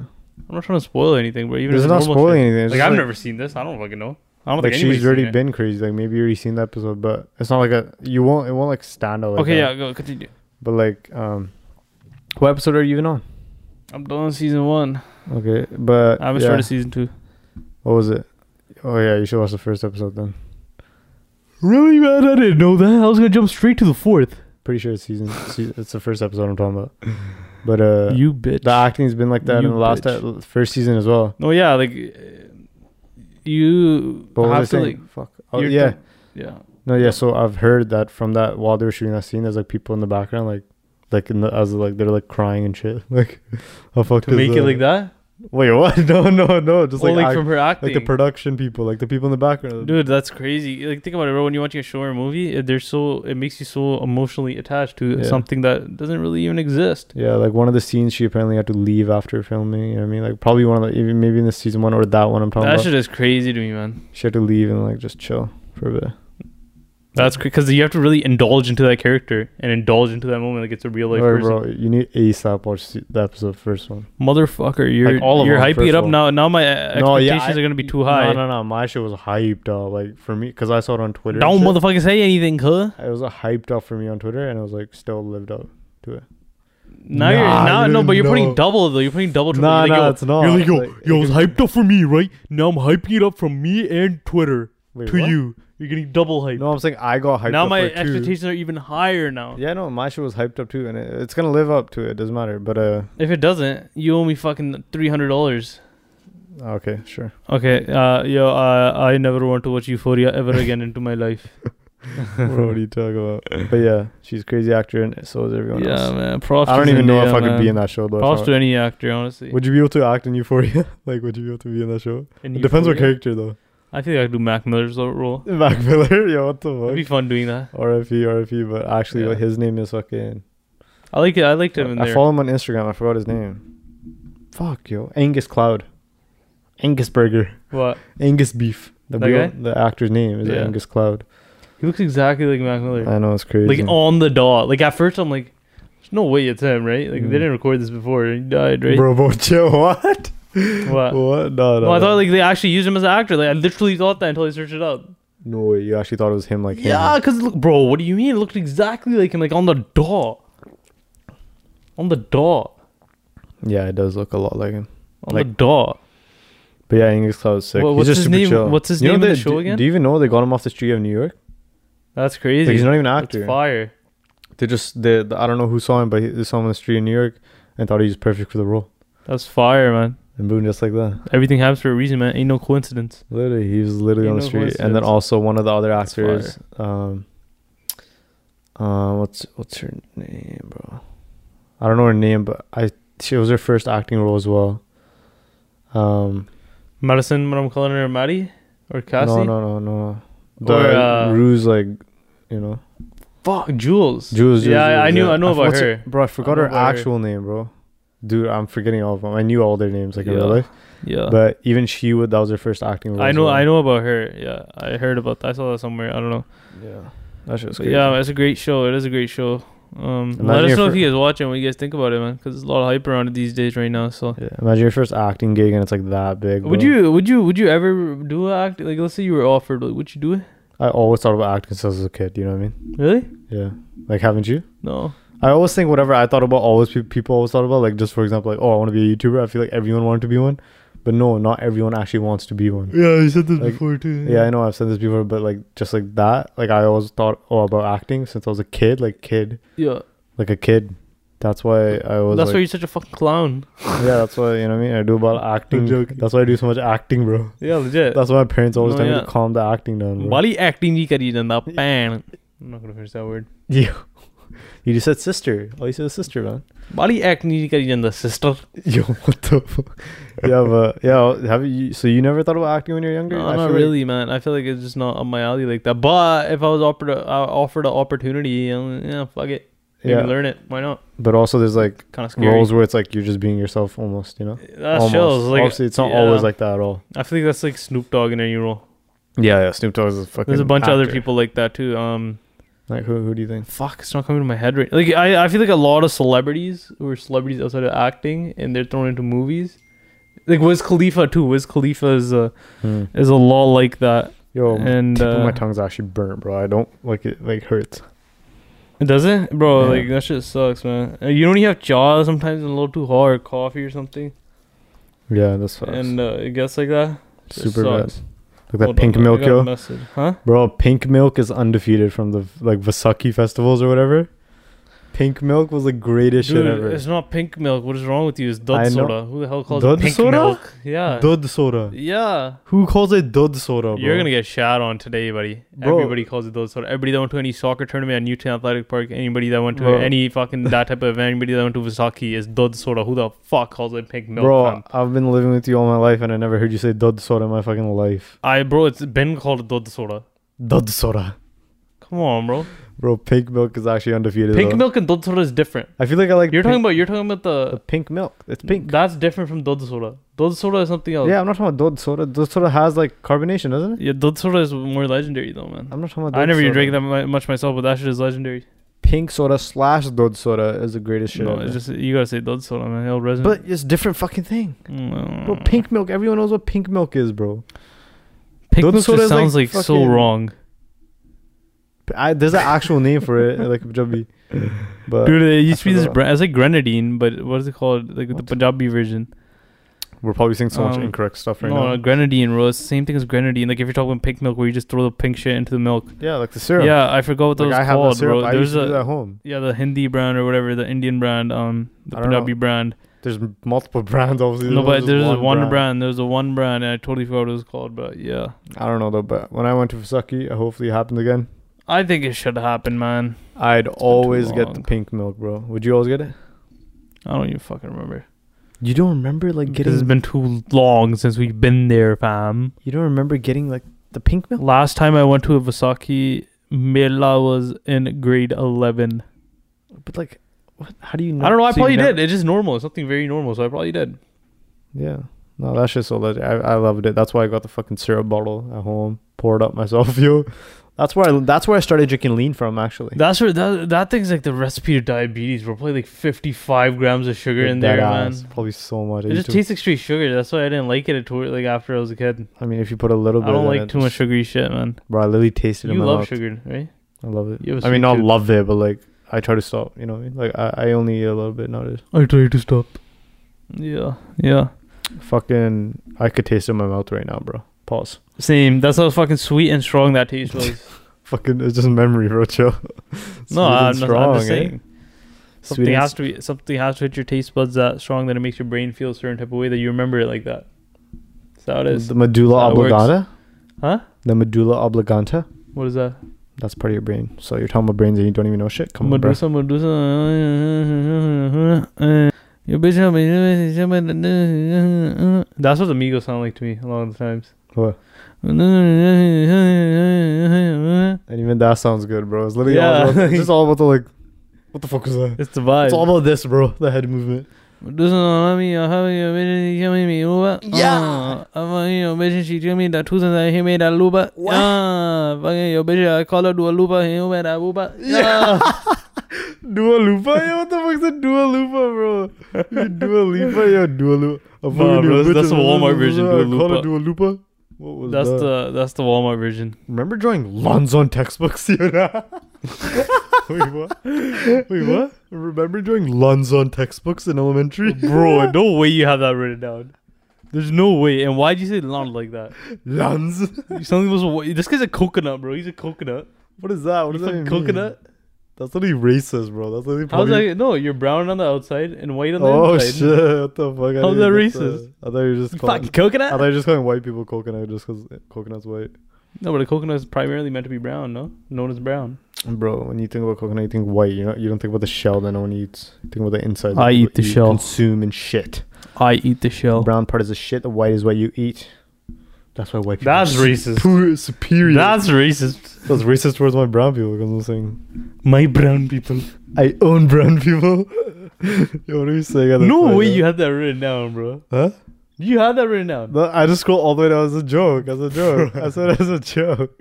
[SPEAKER 1] I'm not trying to spoil anything, but even
[SPEAKER 2] There's
[SPEAKER 1] if
[SPEAKER 2] not
[SPEAKER 1] it's normal
[SPEAKER 2] spoiling
[SPEAKER 1] shit-
[SPEAKER 2] anything. It's
[SPEAKER 1] Like
[SPEAKER 2] just
[SPEAKER 1] I've
[SPEAKER 2] like,
[SPEAKER 1] never seen this. I don't fucking know. I don't think
[SPEAKER 2] Like
[SPEAKER 1] anybody's
[SPEAKER 2] she's already
[SPEAKER 1] seen it.
[SPEAKER 2] been crazy. Like maybe you already seen the episode, but it's not like a. You won't. It won't like stand out. Like
[SPEAKER 1] okay,
[SPEAKER 2] that.
[SPEAKER 1] yeah, go continue.
[SPEAKER 2] But like, um, what episode are you even on?
[SPEAKER 1] I'm done with season one.
[SPEAKER 2] Okay, but
[SPEAKER 1] I haven't
[SPEAKER 2] yeah.
[SPEAKER 1] started season two.
[SPEAKER 2] What was it? Oh yeah, you should watch the first episode then. Really man, I didn't know that. I was gonna jump straight to the fourth. Pretty sure it's season. se- it's the first episode I'm talking about. But uh,
[SPEAKER 1] you bitch.
[SPEAKER 2] the acting's been like that
[SPEAKER 1] You
[SPEAKER 2] in the last
[SPEAKER 1] bitch.
[SPEAKER 2] uh, first season as well.
[SPEAKER 1] No, yeah, like uh, you
[SPEAKER 2] But what
[SPEAKER 1] have
[SPEAKER 2] was
[SPEAKER 1] to
[SPEAKER 2] I
[SPEAKER 1] like
[SPEAKER 2] saying? Fuck. Oh
[SPEAKER 1] you're
[SPEAKER 2] yeah.
[SPEAKER 1] the- yeah.
[SPEAKER 2] No, yeah. So I've heard that from that while they were shooting that scene, there's like people in the background, like, like in the as like they're like crying and shit. Like, how fucked
[SPEAKER 1] To
[SPEAKER 2] is
[SPEAKER 1] make it like that,
[SPEAKER 2] Wait, what? No, no, no. Just
[SPEAKER 1] well,
[SPEAKER 2] like
[SPEAKER 1] like,
[SPEAKER 2] act-
[SPEAKER 1] from her acting,
[SPEAKER 2] like the production people, like the people in the background.
[SPEAKER 1] dude, that's crazy. Like think about it, bro. When you're watching a show or a movie, it- they're so it makes you so emotionally attached to
[SPEAKER 2] Yeah.
[SPEAKER 1] something that doesn't really even exist.
[SPEAKER 2] Yeah, like one of the scenes she apparently had to leave after filming. You know what I mean? Like probably one of the even maybe in the season one or that one. I'm talking
[SPEAKER 1] that
[SPEAKER 2] about.
[SPEAKER 1] shit is crazy to me, man.
[SPEAKER 2] She had to leave and like just chill for a bit.
[SPEAKER 1] That's because you have to really indulge into that character and indulge into that moment. Like it's a real life
[SPEAKER 2] Alright,
[SPEAKER 1] person.
[SPEAKER 2] bro, you need ASAP watch se- the episode first one.
[SPEAKER 1] Motherfucker, you're
[SPEAKER 2] Like, all of
[SPEAKER 1] you're
[SPEAKER 2] them,
[SPEAKER 1] hyping
[SPEAKER 2] first
[SPEAKER 1] it
[SPEAKER 2] of
[SPEAKER 1] up
[SPEAKER 2] all.
[SPEAKER 1] now. Now my uh,
[SPEAKER 2] No, yeah,
[SPEAKER 1] expectations
[SPEAKER 2] I-
[SPEAKER 1] are gonna be too high.
[SPEAKER 2] No, no, no. My shit was hyped up. Like for me, cause I saw it on Twitter. and
[SPEAKER 1] Don't
[SPEAKER 2] shit.
[SPEAKER 1] motherfucking say anything, huh?
[SPEAKER 2] it was a hyped up for me on Twitter, and it was like still lived up to it.
[SPEAKER 1] Now
[SPEAKER 2] Nah,
[SPEAKER 1] you're now, no, but you're putting
[SPEAKER 2] no.
[SPEAKER 1] double though. You're putting double. triple.
[SPEAKER 2] Nah,
[SPEAKER 1] Oh, You're
[SPEAKER 2] nah,
[SPEAKER 1] yo,
[SPEAKER 2] it's not.
[SPEAKER 1] You're like, yo,
[SPEAKER 2] Like, it
[SPEAKER 1] yo, it's
[SPEAKER 2] can-
[SPEAKER 1] hyped up for me, right? Now I'm hyping it up from me and Twitter
[SPEAKER 2] Wait,
[SPEAKER 1] to
[SPEAKER 2] what?
[SPEAKER 1] you. You're getting double hype.
[SPEAKER 2] No, I'm saying I got hyped
[SPEAKER 1] now
[SPEAKER 2] up
[SPEAKER 1] my
[SPEAKER 2] for it too.
[SPEAKER 1] expectations are even higher now.
[SPEAKER 2] Yeah, no, my shit was hyped up too, and it, it's gonna live up to it. Doesn't matter. But uh,
[SPEAKER 1] If it doesn't, you owe me fucking three hundred dollars.
[SPEAKER 2] okay, sure.
[SPEAKER 1] Okay, uh, yo, uh, I never want to watch Euphoria ever again into my life.
[SPEAKER 2] Bro, what are you talking about? But yeah, she's a crazy actor, and so is everyone
[SPEAKER 1] yeah,
[SPEAKER 2] else.
[SPEAKER 1] man. Props.
[SPEAKER 2] I
[SPEAKER 1] to
[SPEAKER 2] don't even know
[SPEAKER 1] Zendaya,
[SPEAKER 2] if I could be
[SPEAKER 1] man.
[SPEAKER 2] in that show though. if
[SPEAKER 1] Props
[SPEAKER 2] I-
[SPEAKER 1] to any actor, honestly.
[SPEAKER 2] Would you be able to act in Euphoria? like, would you be able to be in that show?
[SPEAKER 1] In
[SPEAKER 2] It depends what
[SPEAKER 1] Euphoria.
[SPEAKER 2] character though.
[SPEAKER 1] I think I could do Mac Miller's role.
[SPEAKER 2] Mac Miller, yo, what
[SPEAKER 1] It'd be
[SPEAKER 2] the fuck?
[SPEAKER 1] fun doing that.
[SPEAKER 2] RFE, RFE, but actually,
[SPEAKER 1] Yeah.
[SPEAKER 2] what his name is fucking.
[SPEAKER 1] I like it. I liked him in
[SPEAKER 2] I
[SPEAKER 1] there.
[SPEAKER 2] follow him on Instagram. I forgot his name. Fuck yo, Angus Cloud, Angus Burger,
[SPEAKER 1] what?
[SPEAKER 2] Angus Beef. The
[SPEAKER 1] That
[SPEAKER 2] real,
[SPEAKER 1] guy?
[SPEAKER 2] the actor's name is
[SPEAKER 1] Yeah.
[SPEAKER 2] Angus Cloud.
[SPEAKER 1] He looks exactly like Mac Miller.
[SPEAKER 2] I know it's crazy.
[SPEAKER 1] like oh, on the dot. Like at first, I'm like, "There's no way it's him, right?" Like
[SPEAKER 2] Mm.
[SPEAKER 1] they didn't record this before. He died, right?
[SPEAKER 2] bro, uh, bro, chill. What?
[SPEAKER 1] What?
[SPEAKER 2] What? No, no.
[SPEAKER 1] No, I
[SPEAKER 2] no.
[SPEAKER 1] thought like they actually used him as an actor. Like I literally thought that until I searched it up.
[SPEAKER 2] no way. You actually thought it was him, like him.
[SPEAKER 1] Yeah, cause look, bro, what do you mean? It looked exactly like him, like on the dot. On the dot.
[SPEAKER 2] Yeah, it does look a lot like him.
[SPEAKER 1] On the
[SPEAKER 2] Like-
[SPEAKER 1] dot.
[SPEAKER 2] But yeah, Angus Cloud's sick.
[SPEAKER 1] What-
[SPEAKER 2] He's
[SPEAKER 1] what's
[SPEAKER 2] just
[SPEAKER 1] his
[SPEAKER 2] super
[SPEAKER 1] name-
[SPEAKER 2] chill.
[SPEAKER 1] what's his
[SPEAKER 2] You know
[SPEAKER 1] name in
[SPEAKER 2] they-
[SPEAKER 1] the show
[SPEAKER 2] do-
[SPEAKER 1] again?
[SPEAKER 2] Do you even know they got him off the street of New York?
[SPEAKER 1] That's
[SPEAKER 2] Like,
[SPEAKER 1] crazy.
[SPEAKER 2] he's not even an
[SPEAKER 1] That's
[SPEAKER 2] actor.
[SPEAKER 1] fire.
[SPEAKER 2] They just they, the- I don't know who saw him, but he, they saw him on the street in New York and thought he was perfect for the role.
[SPEAKER 1] That's fire, man.
[SPEAKER 2] And boom, just like that.
[SPEAKER 1] Everything happens for a reason, man. Ain't no coincidence.
[SPEAKER 2] Literally, he was literally
[SPEAKER 1] You
[SPEAKER 2] on the
[SPEAKER 1] know who
[SPEAKER 2] street.
[SPEAKER 1] else
[SPEAKER 2] And then
[SPEAKER 1] is-
[SPEAKER 2] also one of the other
[SPEAKER 1] That's fire.
[SPEAKER 2] actors. Um, uh, what's what's her name, bro? I don't know her name, but I she was her first acting role as well. Um,
[SPEAKER 1] Madison, what I'm calling her, Maddie or Cassie.
[SPEAKER 2] no, no, no, no. The
[SPEAKER 1] Or, uh,
[SPEAKER 2] ruse, like, you know,
[SPEAKER 1] Fuck, Jules.
[SPEAKER 2] Jules. Jules,
[SPEAKER 1] Yeah, I, I
[SPEAKER 2] Jules,
[SPEAKER 1] knew.
[SPEAKER 2] yeah.
[SPEAKER 1] I know about
[SPEAKER 2] what's
[SPEAKER 1] her.
[SPEAKER 2] bro. I forgot
[SPEAKER 1] know
[SPEAKER 2] her
[SPEAKER 1] about her.
[SPEAKER 2] actual name, bro. Dude, I'm forgetting all of them. I knew all their names, like in real
[SPEAKER 1] Yeah.
[SPEAKER 2] life.
[SPEAKER 1] Yeah.
[SPEAKER 2] But even she would that was her first acting role.
[SPEAKER 1] I
[SPEAKER 2] as
[SPEAKER 1] know,
[SPEAKER 2] well.
[SPEAKER 1] I know about her. Yeah, I heard about that. I saw that somewhere. I don't know.
[SPEAKER 2] Yeah, that shit was
[SPEAKER 1] But
[SPEAKER 2] crazy.
[SPEAKER 1] yeah, it's a great show. It is a great show. Um,
[SPEAKER 2] Imagine
[SPEAKER 1] let us
[SPEAKER 2] your
[SPEAKER 1] know if
[SPEAKER 2] fir-
[SPEAKER 1] you guys watch it. What you guys think about it, man? Because there's a lot of hype around it these days right now. So
[SPEAKER 2] Yeah, imagine your first acting gig and it's like that big.
[SPEAKER 1] would
[SPEAKER 2] bro.
[SPEAKER 1] you, would you, would you ever do an act? Like, let's say you were offered, like, would you do it?
[SPEAKER 2] I always thought about acting since I was a kid. You know what I mean?
[SPEAKER 1] Really?
[SPEAKER 2] Yeah. Like, haven't you?
[SPEAKER 1] No.
[SPEAKER 2] I always think whatever I thought about, always pe- people always thought about. Like, just for example, like, oh, I want to be a YouTuber. I feel like everyone wanted to be one, but no, not everyone actually wants to be one.
[SPEAKER 1] Yeah, you said this
[SPEAKER 2] Like,
[SPEAKER 1] before too.
[SPEAKER 2] Yeah, I know I've said this before, but like, just like that, like I always thought, oh, about acting since I was a kid. Like, kid,
[SPEAKER 1] Yeah,
[SPEAKER 2] like a kid. That's why I was.
[SPEAKER 1] that's why
[SPEAKER 2] like,
[SPEAKER 1] you're such a fucking clown.
[SPEAKER 2] yeah, that's why you know what I mean. I do about acting.
[SPEAKER 1] joking.
[SPEAKER 2] That's why I do so much acting, bro.
[SPEAKER 1] Yeah, legit.
[SPEAKER 2] That's why my parents always
[SPEAKER 1] No,
[SPEAKER 2] tell me
[SPEAKER 1] yeah.
[SPEAKER 2] to calm the acting down. Bro.
[SPEAKER 1] Bali acting ji kari janda pan. I'm not gonna finish that word.
[SPEAKER 2] Yeah. You just said sister. Oh, you said sister, man.
[SPEAKER 1] Bali acting ji kari janda sister.
[SPEAKER 2] Yo, what the fuck? yeah, but yeah, have you? So you never thought about acting when you were younger?
[SPEAKER 1] No,
[SPEAKER 2] I
[SPEAKER 1] not
[SPEAKER 2] feel like-
[SPEAKER 1] really, man. I feel like it's just not up my alley like that. But if I was offered a, uh, offered an opportunity, you know, yeah, fuck it, maybe
[SPEAKER 2] yeah,
[SPEAKER 1] learn it. Why not?
[SPEAKER 2] but also there's like
[SPEAKER 1] Kind of scary.
[SPEAKER 2] roles where it's like you're just being yourself almost. You know,
[SPEAKER 1] That
[SPEAKER 2] almost.
[SPEAKER 1] shows. Like,
[SPEAKER 2] Obviously, it's not
[SPEAKER 1] yeah.
[SPEAKER 2] always like that at all.
[SPEAKER 1] I feel like that's like Snoop Dogg in any role.
[SPEAKER 2] Yeah, yeah. Snoop Dogg is a fucking.
[SPEAKER 1] There's a bunch of other
[SPEAKER 2] actor.
[SPEAKER 1] people like that too. Um,
[SPEAKER 2] Like who? Who do you think?
[SPEAKER 1] fuck, it's not coming to my head right. Like I, I feel like a lot of celebrities who are celebrities outside of acting and they're thrown into movies. Like Wiz Khalifa too. Wiz Khalifa is a
[SPEAKER 2] Hmm.
[SPEAKER 1] is a law like that.
[SPEAKER 2] Yo,
[SPEAKER 1] And,
[SPEAKER 2] tip of
[SPEAKER 1] uh,
[SPEAKER 2] my tongue's actually burnt, bro. I don't like it. Like hurts.
[SPEAKER 1] It doesn't, bro.
[SPEAKER 2] Yeah.
[SPEAKER 1] Like that shit sucks, man. Uh, You don't even have jaws sometimes, and a little too hard, coffee or something,
[SPEAKER 2] Yeah, that's sucks.
[SPEAKER 1] and uh, it gets like that. It
[SPEAKER 2] Super bad.
[SPEAKER 1] sucks.
[SPEAKER 2] Like that
[SPEAKER 1] Hold on,
[SPEAKER 2] pink
[SPEAKER 1] I
[SPEAKER 2] milk,
[SPEAKER 1] got a
[SPEAKER 2] yo.
[SPEAKER 1] message. Huh?
[SPEAKER 2] Bro, pink milk is undefeated from the like Vasaki festivals or whatever. Pink milk was the greatest
[SPEAKER 1] Dude,
[SPEAKER 2] shit ever.
[SPEAKER 1] it's not pink milk. What is wrong with you? It's
[SPEAKER 2] I
[SPEAKER 1] dud
[SPEAKER 2] know.
[SPEAKER 1] soda. Who the hell calls
[SPEAKER 2] Dud
[SPEAKER 1] it pink
[SPEAKER 2] soda?
[SPEAKER 1] milk? Yeah.
[SPEAKER 2] Dud soda.
[SPEAKER 1] Yeah.
[SPEAKER 2] Who calls it dud soda, bro?
[SPEAKER 1] You're gonna get shot on today, buddy.
[SPEAKER 2] Bro.
[SPEAKER 1] Everybody calls it those sort of. Everybody that went to any soccer tournament at Newtown Athletic Park, anybody that went to
[SPEAKER 2] Bro.
[SPEAKER 1] any fucking that type of event, anybody that went to Visaki is dud soda. Who the fuck calls it pink milk?
[SPEAKER 2] bro,
[SPEAKER 1] fam?
[SPEAKER 2] I've been living with you all my life and I never heard you say dud soda in my fucking life.
[SPEAKER 1] I bro, it's been called dud soda.
[SPEAKER 2] Dud soda.
[SPEAKER 1] Come on, bro.
[SPEAKER 2] Bro, pink milk is actually undefeated.
[SPEAKER 1] Pink
[SPEAKER 2] though.
[SPEAKER 1] milk and dud soda is different.
[SPEAKER 2] I feel like I like
[SPEAKER 1] You're talking
[SPEAKER 2] pink,
[SPEAKER 1] about you're talking about the,
[SPEAKER 2] the pink milk. It's pink.
[SPEAKER 1] That's different from dud soda. Dud soda is something else.
[SPEAKER 2] Yeah, I'm not talking about dud soda. Dud soda has like carbonation, doesn't it?
[SPEAKER 1] yeah. Dud soda is more legendary though, man.
[SPEAKER 2] I'm not talking about.
[SPEAKER 1] I
[SPEAKER 2] Dud
[SPEAKER 1] never
[SPEAKER 2] soda.
[SPEAKER 1] even drank that mu- much myself, but that shit is legendary.
[SPEAKER 2] Pink soda slash dud soda is the greatest shit.
[SPEAKER 1] no,
[SPEAKER 2] ever.
[SPEAKER 1] it's just you gotta say dud soda, man. It'll resonate.
[SPEAKER 2] but it's different fucking thing.
[SPEAKER 1] Mm.
[SPEAKER 2] Bro, pink milk. Everyone knows what pink milk is, bro.
[SPEAKER 1] Pink
[SPEAKER 2] Dud
[SPEAKER 1] milk
[SPEAKER 2] soda
[SPEAKER 1] just
[SPEAKER 2] is,
[SPEAKER 1] sounds
[SPEAKER 2] like,
[SPEAKER 1] like, so
[SPEAKER 2] fucking-
[SPEAKER 1] wrong.
[SPEAKER 2] I, there's an actual name for it, like Punjabi. But
[SPEAKER 1] Dude, it used to be this
[SPEAKER 2] forgot.
[SPEAKER 1] brand. It's like grenadine, but what is it called? Like the
[SPEAKER 2] What?
[SPEAKER 1] Punjabi version.
[SPEAKER 2] we're probably saying so much
[SPEAKER 1] Um,
[SPEAKER 2] incorrect stuff right
[SPEAKER 1] no,
[SPEAKER 2] now.
[SPEAKER 1] no, grenadine, bro. It's the same thing as grenadine. Like if you're talking about pink milk, where you just throw the pink shit into the milk.
[SPEAKER 2] yeah, like the syrup.
[SPEAKER 1] Yeah, I forgot what that
[SPEAKER 2] like
[SPEAKER 1] was
[SPEAKER 2] I have
[SPEAKER 1] called,
[SPEAKER 2] that syrup.
[SPEAKER 1] bro.
[SPEAKER 2] I
[SPEAKER 1] There's
[SPEAKER 2] used to do that at
[SPEAKER 1] a
[SPEAKER 2] home.
[SPEAKER 1] yeah, the Hindi brand or whatever, the Indian brand, um, the
[SPEAKER 2] I don't know.
[SPEAKER 1] Punjabi brand.
[SPEAKER 2] There's multiple brands, obviously.
[SPEAKER 1] No, but
[SPEAKER 2] just
[SPEAKER 1] there's one, brand. There's a one brand, and I totally forgot what it was called. But yeah,
[SPEAKER 2] I don't know though. But when I went to Fusaki, uh, hopefully it happened again.
[SPEAKER 1] I think it should happen, man.
[SPEAKER 2] I'd
[SPEAKER 1] too
[SPEAKER 2] always get the
[SPEAKER 1] long.
[SPEAKER 2] pink milk, bro. Would you always get it?
[SPEAKER 1] I don't even fucking remember.
[SPEAKER 2] You don't remember like
[SPEAKER 1] This has been too long since we've been there, fam.
[SPEAKER 2] You don't remember getting like the pink milk?
[SPEAKER 1] Last time I went to a Vasaki Mela was in grade 11.
[SPEAKER 2] But like, what? How do you know?
[SPEAKER 1] I don't know. I
[SPEAKER 2] so you
[SPEAKER 1] probably
[SPEAKER 2] never-
[SPEAKER 1] did. It's just normal. It's something very normal. So I probably did.
[SPEAKER 2] Yeah. No, that shit's so legit. I, I loved it. That's why I got the fucking syrup bottle at home, poured up myself, yo. That's where I, that's where I started drinking lean from actually.
[SPEAKER 1] That's where that, that thing's like the recipe to diabetes. We're probably like 55 grams of sugar
[SPEAKER 2] Like,
[SPEAKER 1] in there,
[SPEAKER 2] dead
[SPEAKER 1] man.
[SPEAKER 2] ass. Probably so much. I,
[SPEAKER 1] It
[SPEAKER 2] used
[SPEAKER 1] just
[SPEAKER 2] to-
[SPEAKER 1] tastes like straight sugar. That's why I didn't like it at all, like after I was a kid.
[SPEAKER 2] I mean, if you put a little bit,
[SPEAKER 1] I don't
[SPEAKER 2] in
[SPEAKER 1] like
[SPEAKER 2] it,
[SPEAKER 1] too much
[SPEAKER 2] just-
[SPEAKER 1] sugary shit, man.
[SPEAKER 2] Bro, I literally tasted it in
[SPEAKER 1] You
[SPEAKER 2] my
[SPEAKER 1] love
[SPEAKER 2] mouth.
[SPEAKER 1] sugar, right?
[SPEAKER 2] I love it.
[SPEAKER 1] You have a
[SPEAKER 2] I mean,
[SPEAKER 1] sweet
[SPEAKER 2] not
[SPEAKER 1] tooth.
[SPEAKER 2] love it, but like I try to stop. You know, what I mean? like I, I only eat a little bit nowadays.
[SPEAKER 1] I try to stop. Yeah, yeah.
[SPEAKER 2] Fucking, I could taste it in my mouth right now, bro. Pause.
[SPEAKER 1] Same. That's how fucking sweet and strong that taste was.
[SPEAKER 2] Fucking, it's just memory, bro. Chill. Sweet
[SPEAKER 1] no, I'm,
[SPEAKER 2] and
[SPEAKER 1] not, I'm just
[SPEAKER 2] eh?
[SPEAKER 1] saying. Something
[SPEAKER 2] Sweet and
[SPEAKER 1] has to be something has to hit your taste buds that strong that it makes your brain feel a certain type of way that you remember it like that. That's how it is.
[SPEAKER 2] The medulla
[SPEAKER 1] That's how it works.
[SPEAKER 2] oblongata?
[SPEAKER 1] Huh?
[SPEAKER 2] The medulla oblongata?
[SPEAKER 1] What is that?
[SPEAKER 2] That's part of your brain. So you're talking about brains and you don't even know shit? Come on, bro.
[SPEAKER 1] Medusa, Medusa. Your bitch help me. That's what the Migos sound like to me a lot of the times.
[SPEAKER 2] What?
[SPEAKER 1] It's
[SPEAKER 2] And even that sounds good, bro. It's literally
[SPEAKER 1] Yeah.
[SPEAKER 2] all about, it's just all about the like, what the fuck was that?
[SPEAKER 1] the vibe.
[SPEAKER 2] It's all about this, bro. The head movement.
[SPEAKER 1] Medusa, love me, I have you, bitch, you kill me, Uba.
[SPEAKER 2] Yeah.
[SPEAKER 1] Uh, I want you, bitch, she kill me, that two cents, I hear me, that luba.
[SPEAKER 2] What?
[SPEAKER 1] Uh, fucking your bitch, I call her, do a luba, he over that luba. Yeah.
[SPEAKER 2] Dua Lupa? Yo, what the fuck's a Dua Lupa, bro? Dua Lipa? Yo, Dua Lupa. A fucking
[SPEAKER 1] bro,
[SPEAKER 2] new bitch
[SPEAKER 1] that's the
[SPEAKER 2] and-
[SPEAKER 1] Walmart version,
[SPEAKER 2] I
[SPEAKER 1] Dua
[SPEAKER 2] call
[SPEAKER 1] Lipa.
[SPEAKER 2] it Dua Lupa? What was
[SPEAKER 1] That's
[SPEAKER 2] that?
[SPEAKER 1] the Uh, that's the Walmart version.
[SPEAKER 2] Remember drawing lawns on textbooks, you know? Wait, what? Wait, what? Remember drawing lawns on textbooks in elementary?
[SPEAKER 1] Bro, no way you have that written down. There's no way. And why'd you say long like that?
[SPEAKER 2] Lawns?
[SPEAKER 1] You sound like this- this guy's a coconut, bro. He's a coconut.
[SPEAKER 2] What is that? What
[SPEAKER 1] You
[SPEAKER 2] does that
[SPEAKER 1] fucking
[SPEAKER 2] even mean?
[SPEAKER 1] coconut?
[SPEAKER 2] That's literally racist, bro. That's literally
[SPEAKER 1] How's
[SPEAKER 2] probably...
[SPEAKER 1] that? No, you're brown on the outside and white on the
[SPEAKER 2] Oh,
[SPEAKER 1] inside.
[SPEAKER 2] shit. What the fuck? I
[SPEAKER 1] How's that
[SPEAKER 2] didn't get
[SPEAKER 1] racist?
[SPEAKER 2] I thought you were just
[SPEAKER 1] You fucking
[SPEAKER 2] calling... I thought you
[SPEAKER 1] coconut?
[SPEAKER 2] were just calling white people coconut just because coconut's white.
[SPEAKER 1] No, but a coconut is primarily meant to be brown, no? Known as brown.
[SPEAKER 2] Bro, when you think about coconut, you think white. You know, you don't think about the shell that no one eats. You think about the inside. that
[SPEAKER 1] I
[SPEAKER 2] people
[SPEAKER 1] eat the shell.
[SPEAKER 2] Consume and shit.
[SPEAKER 1] I eat the shell.
[SPEAKER 2] brown part is the shit. The white is what you eat. That's why white people.
[SPEAKER 1] That's
[SPEAKER 2] are
[SPEAKER 1] racist.
[SPEAKER 2] superior- Superior.
[SPEAKER 1] That's racist.
[SPEAKER 2] That's racist towards my brown people. Because I'm saying
[SPEAKER 1] My brown people.
[SPEAKER 2] I own brown people. Yo, what are you saying? at that
[SPEAKER 1] No
[SPEAKER 2] point,
[SPEAKER 1] way
[SPEAKER 2] huh?
[SPEAKER 1] you had that written down, bro.
[SPEAKER 2] Huh?
[SPEAKER 1] You had that written down.
[SPEAKER 2] No, I just scroll all the way down as a joke. As a joke. I said as a joke.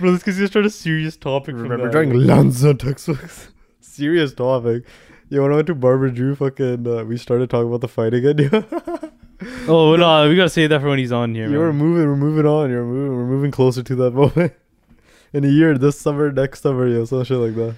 [SPEAKER 1] Bro, this because you just started a serious topic from
[SPEAKER 2] Remember
[SPEAKER 1] that.
[SPEAKER 2] during Lanza textbooks? Serious topic. Yo, when I went to Barber Drew, fucking, uh, we started talking about the fight again.
[SPEAKER 1] Oh, no, we gotta say that for when he's on here,
[SPEAKER 2] you were
[SPEAKER 1] man.
[SPEAKER 2] moving, we're moving on. You're moving, we're moving closer to that moment. In a year, this summer, next summer, yo, some shit like that.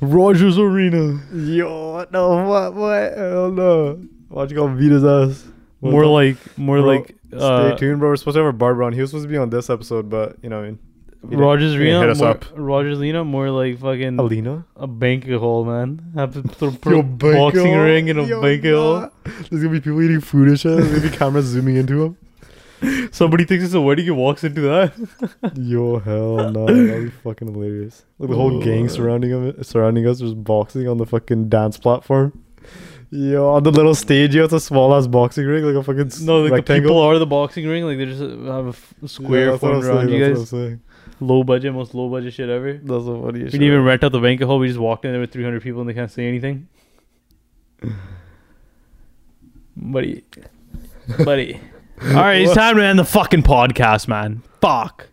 [SPEAKER 2] Rogers Arena. Yo, what the what what? Hell no. Watch go beat his ass.
[SPEAKER 1] More like, more
[SPEAKER 2] Bro,
[SPEAKER 1] like. Uh,
[SPEAKER 2] Stay tuned, bro. We're supposed to have our barber on. He was supposed to be on this episode, but you know what I mean. He didn't-
[SPEAKER 1] Rogers
[SPEAKER 2] he didn't
[SPEAKER 1] Arena.
[SPEAKER 2] hit us
[SPEAKER 1] more-
[SPEAKER 2] up.
[SPEAKER 1] Rogers Arena. More like fucking
[SPEAKER 2] Alina?
[SPEAKER 1] a banquet hall, man. Have to throw
[SPEAKER 2] Yo,
[SPEAKER 1] pro- boxing
[SPEAKER 2] hole.
[SPEAKER 1] ring and a
[SPEAKER 2] Yo,
[SPEAKER 1] banquet
[SPEAKER 2] nah.
[SPEAKER 1] hall.
[SPEAKER 2] There's gonna be people eating food and shit. There's gonna be cameras zooming into him.
[SPEAKER 1] Somebody thinks it's a wedding. He walks into that.
[SPEAKER 2] Yo, hell no, that'd be fucking hilarious. Like the whole gang surrounding him, surrounding us, was boxing on the fucking dance platform. Yo, on the little stage, you have a small ass boxing ring, like a fucking s-
[SPEAKER 1] No, like the people
[SPEAKER 2] rectangle.
[SPEAKER 1] are the boxing ring. Like they just have a f- square
[SPEAKER 2] that's what I'm
[SPEAKER 1] formed around
[SPEAKER 2] saying,
[SPEAKER 1] you
[SPEAKER 2] that's
[SPEAKER 1] guys.
[SPEAKER 2] What I'm saying.
[SPEAKER 1] Low budget, most low budget shit ever.
[SPEAKER 2] That's the funniest.
[SPEAKER 1] We didn't even rent out the banquet hall. We just walked in there with 300 people and they can't say anything. buddy, buddy. All right, it's time to end the fucking podcast, man. Fuck.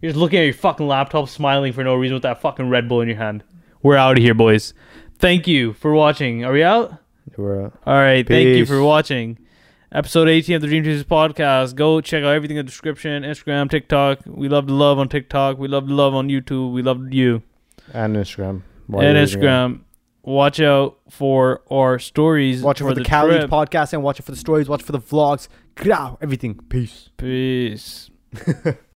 [SPEAKER 1] You're just looking at your fucking laptop, smiling for no reason with that fucking Red Bull in your hand. We're out of here, boys. Thank you for watching. Are we out?
[SPEAKER 2] We're out.
[SPEAKER 1] All right. Thank you
[SPEAKER 2] Peace.
[SPEAKER 1] for watching. Episode 18 of the Dream Chasers podcast. Go check out everything in the description Instagram, TikTok. We love to love on TikTok. We love to love on YouTube. We love you.
[SPEAKER 2] And Instagram. Why
[SPEAKER 1] and
[SPEAKER 2] are you using it?
[SPEAKER 1] Instagram. Watch out for our stories.
[SPEAKER 3] Watch it for, the, Cali
[SPEAKER 1] trip.
[SPEAKER 3] podcast and watch it for the stories, watch it for the vlogs. Everything. Peace.
[SPEAKER 1] Peace.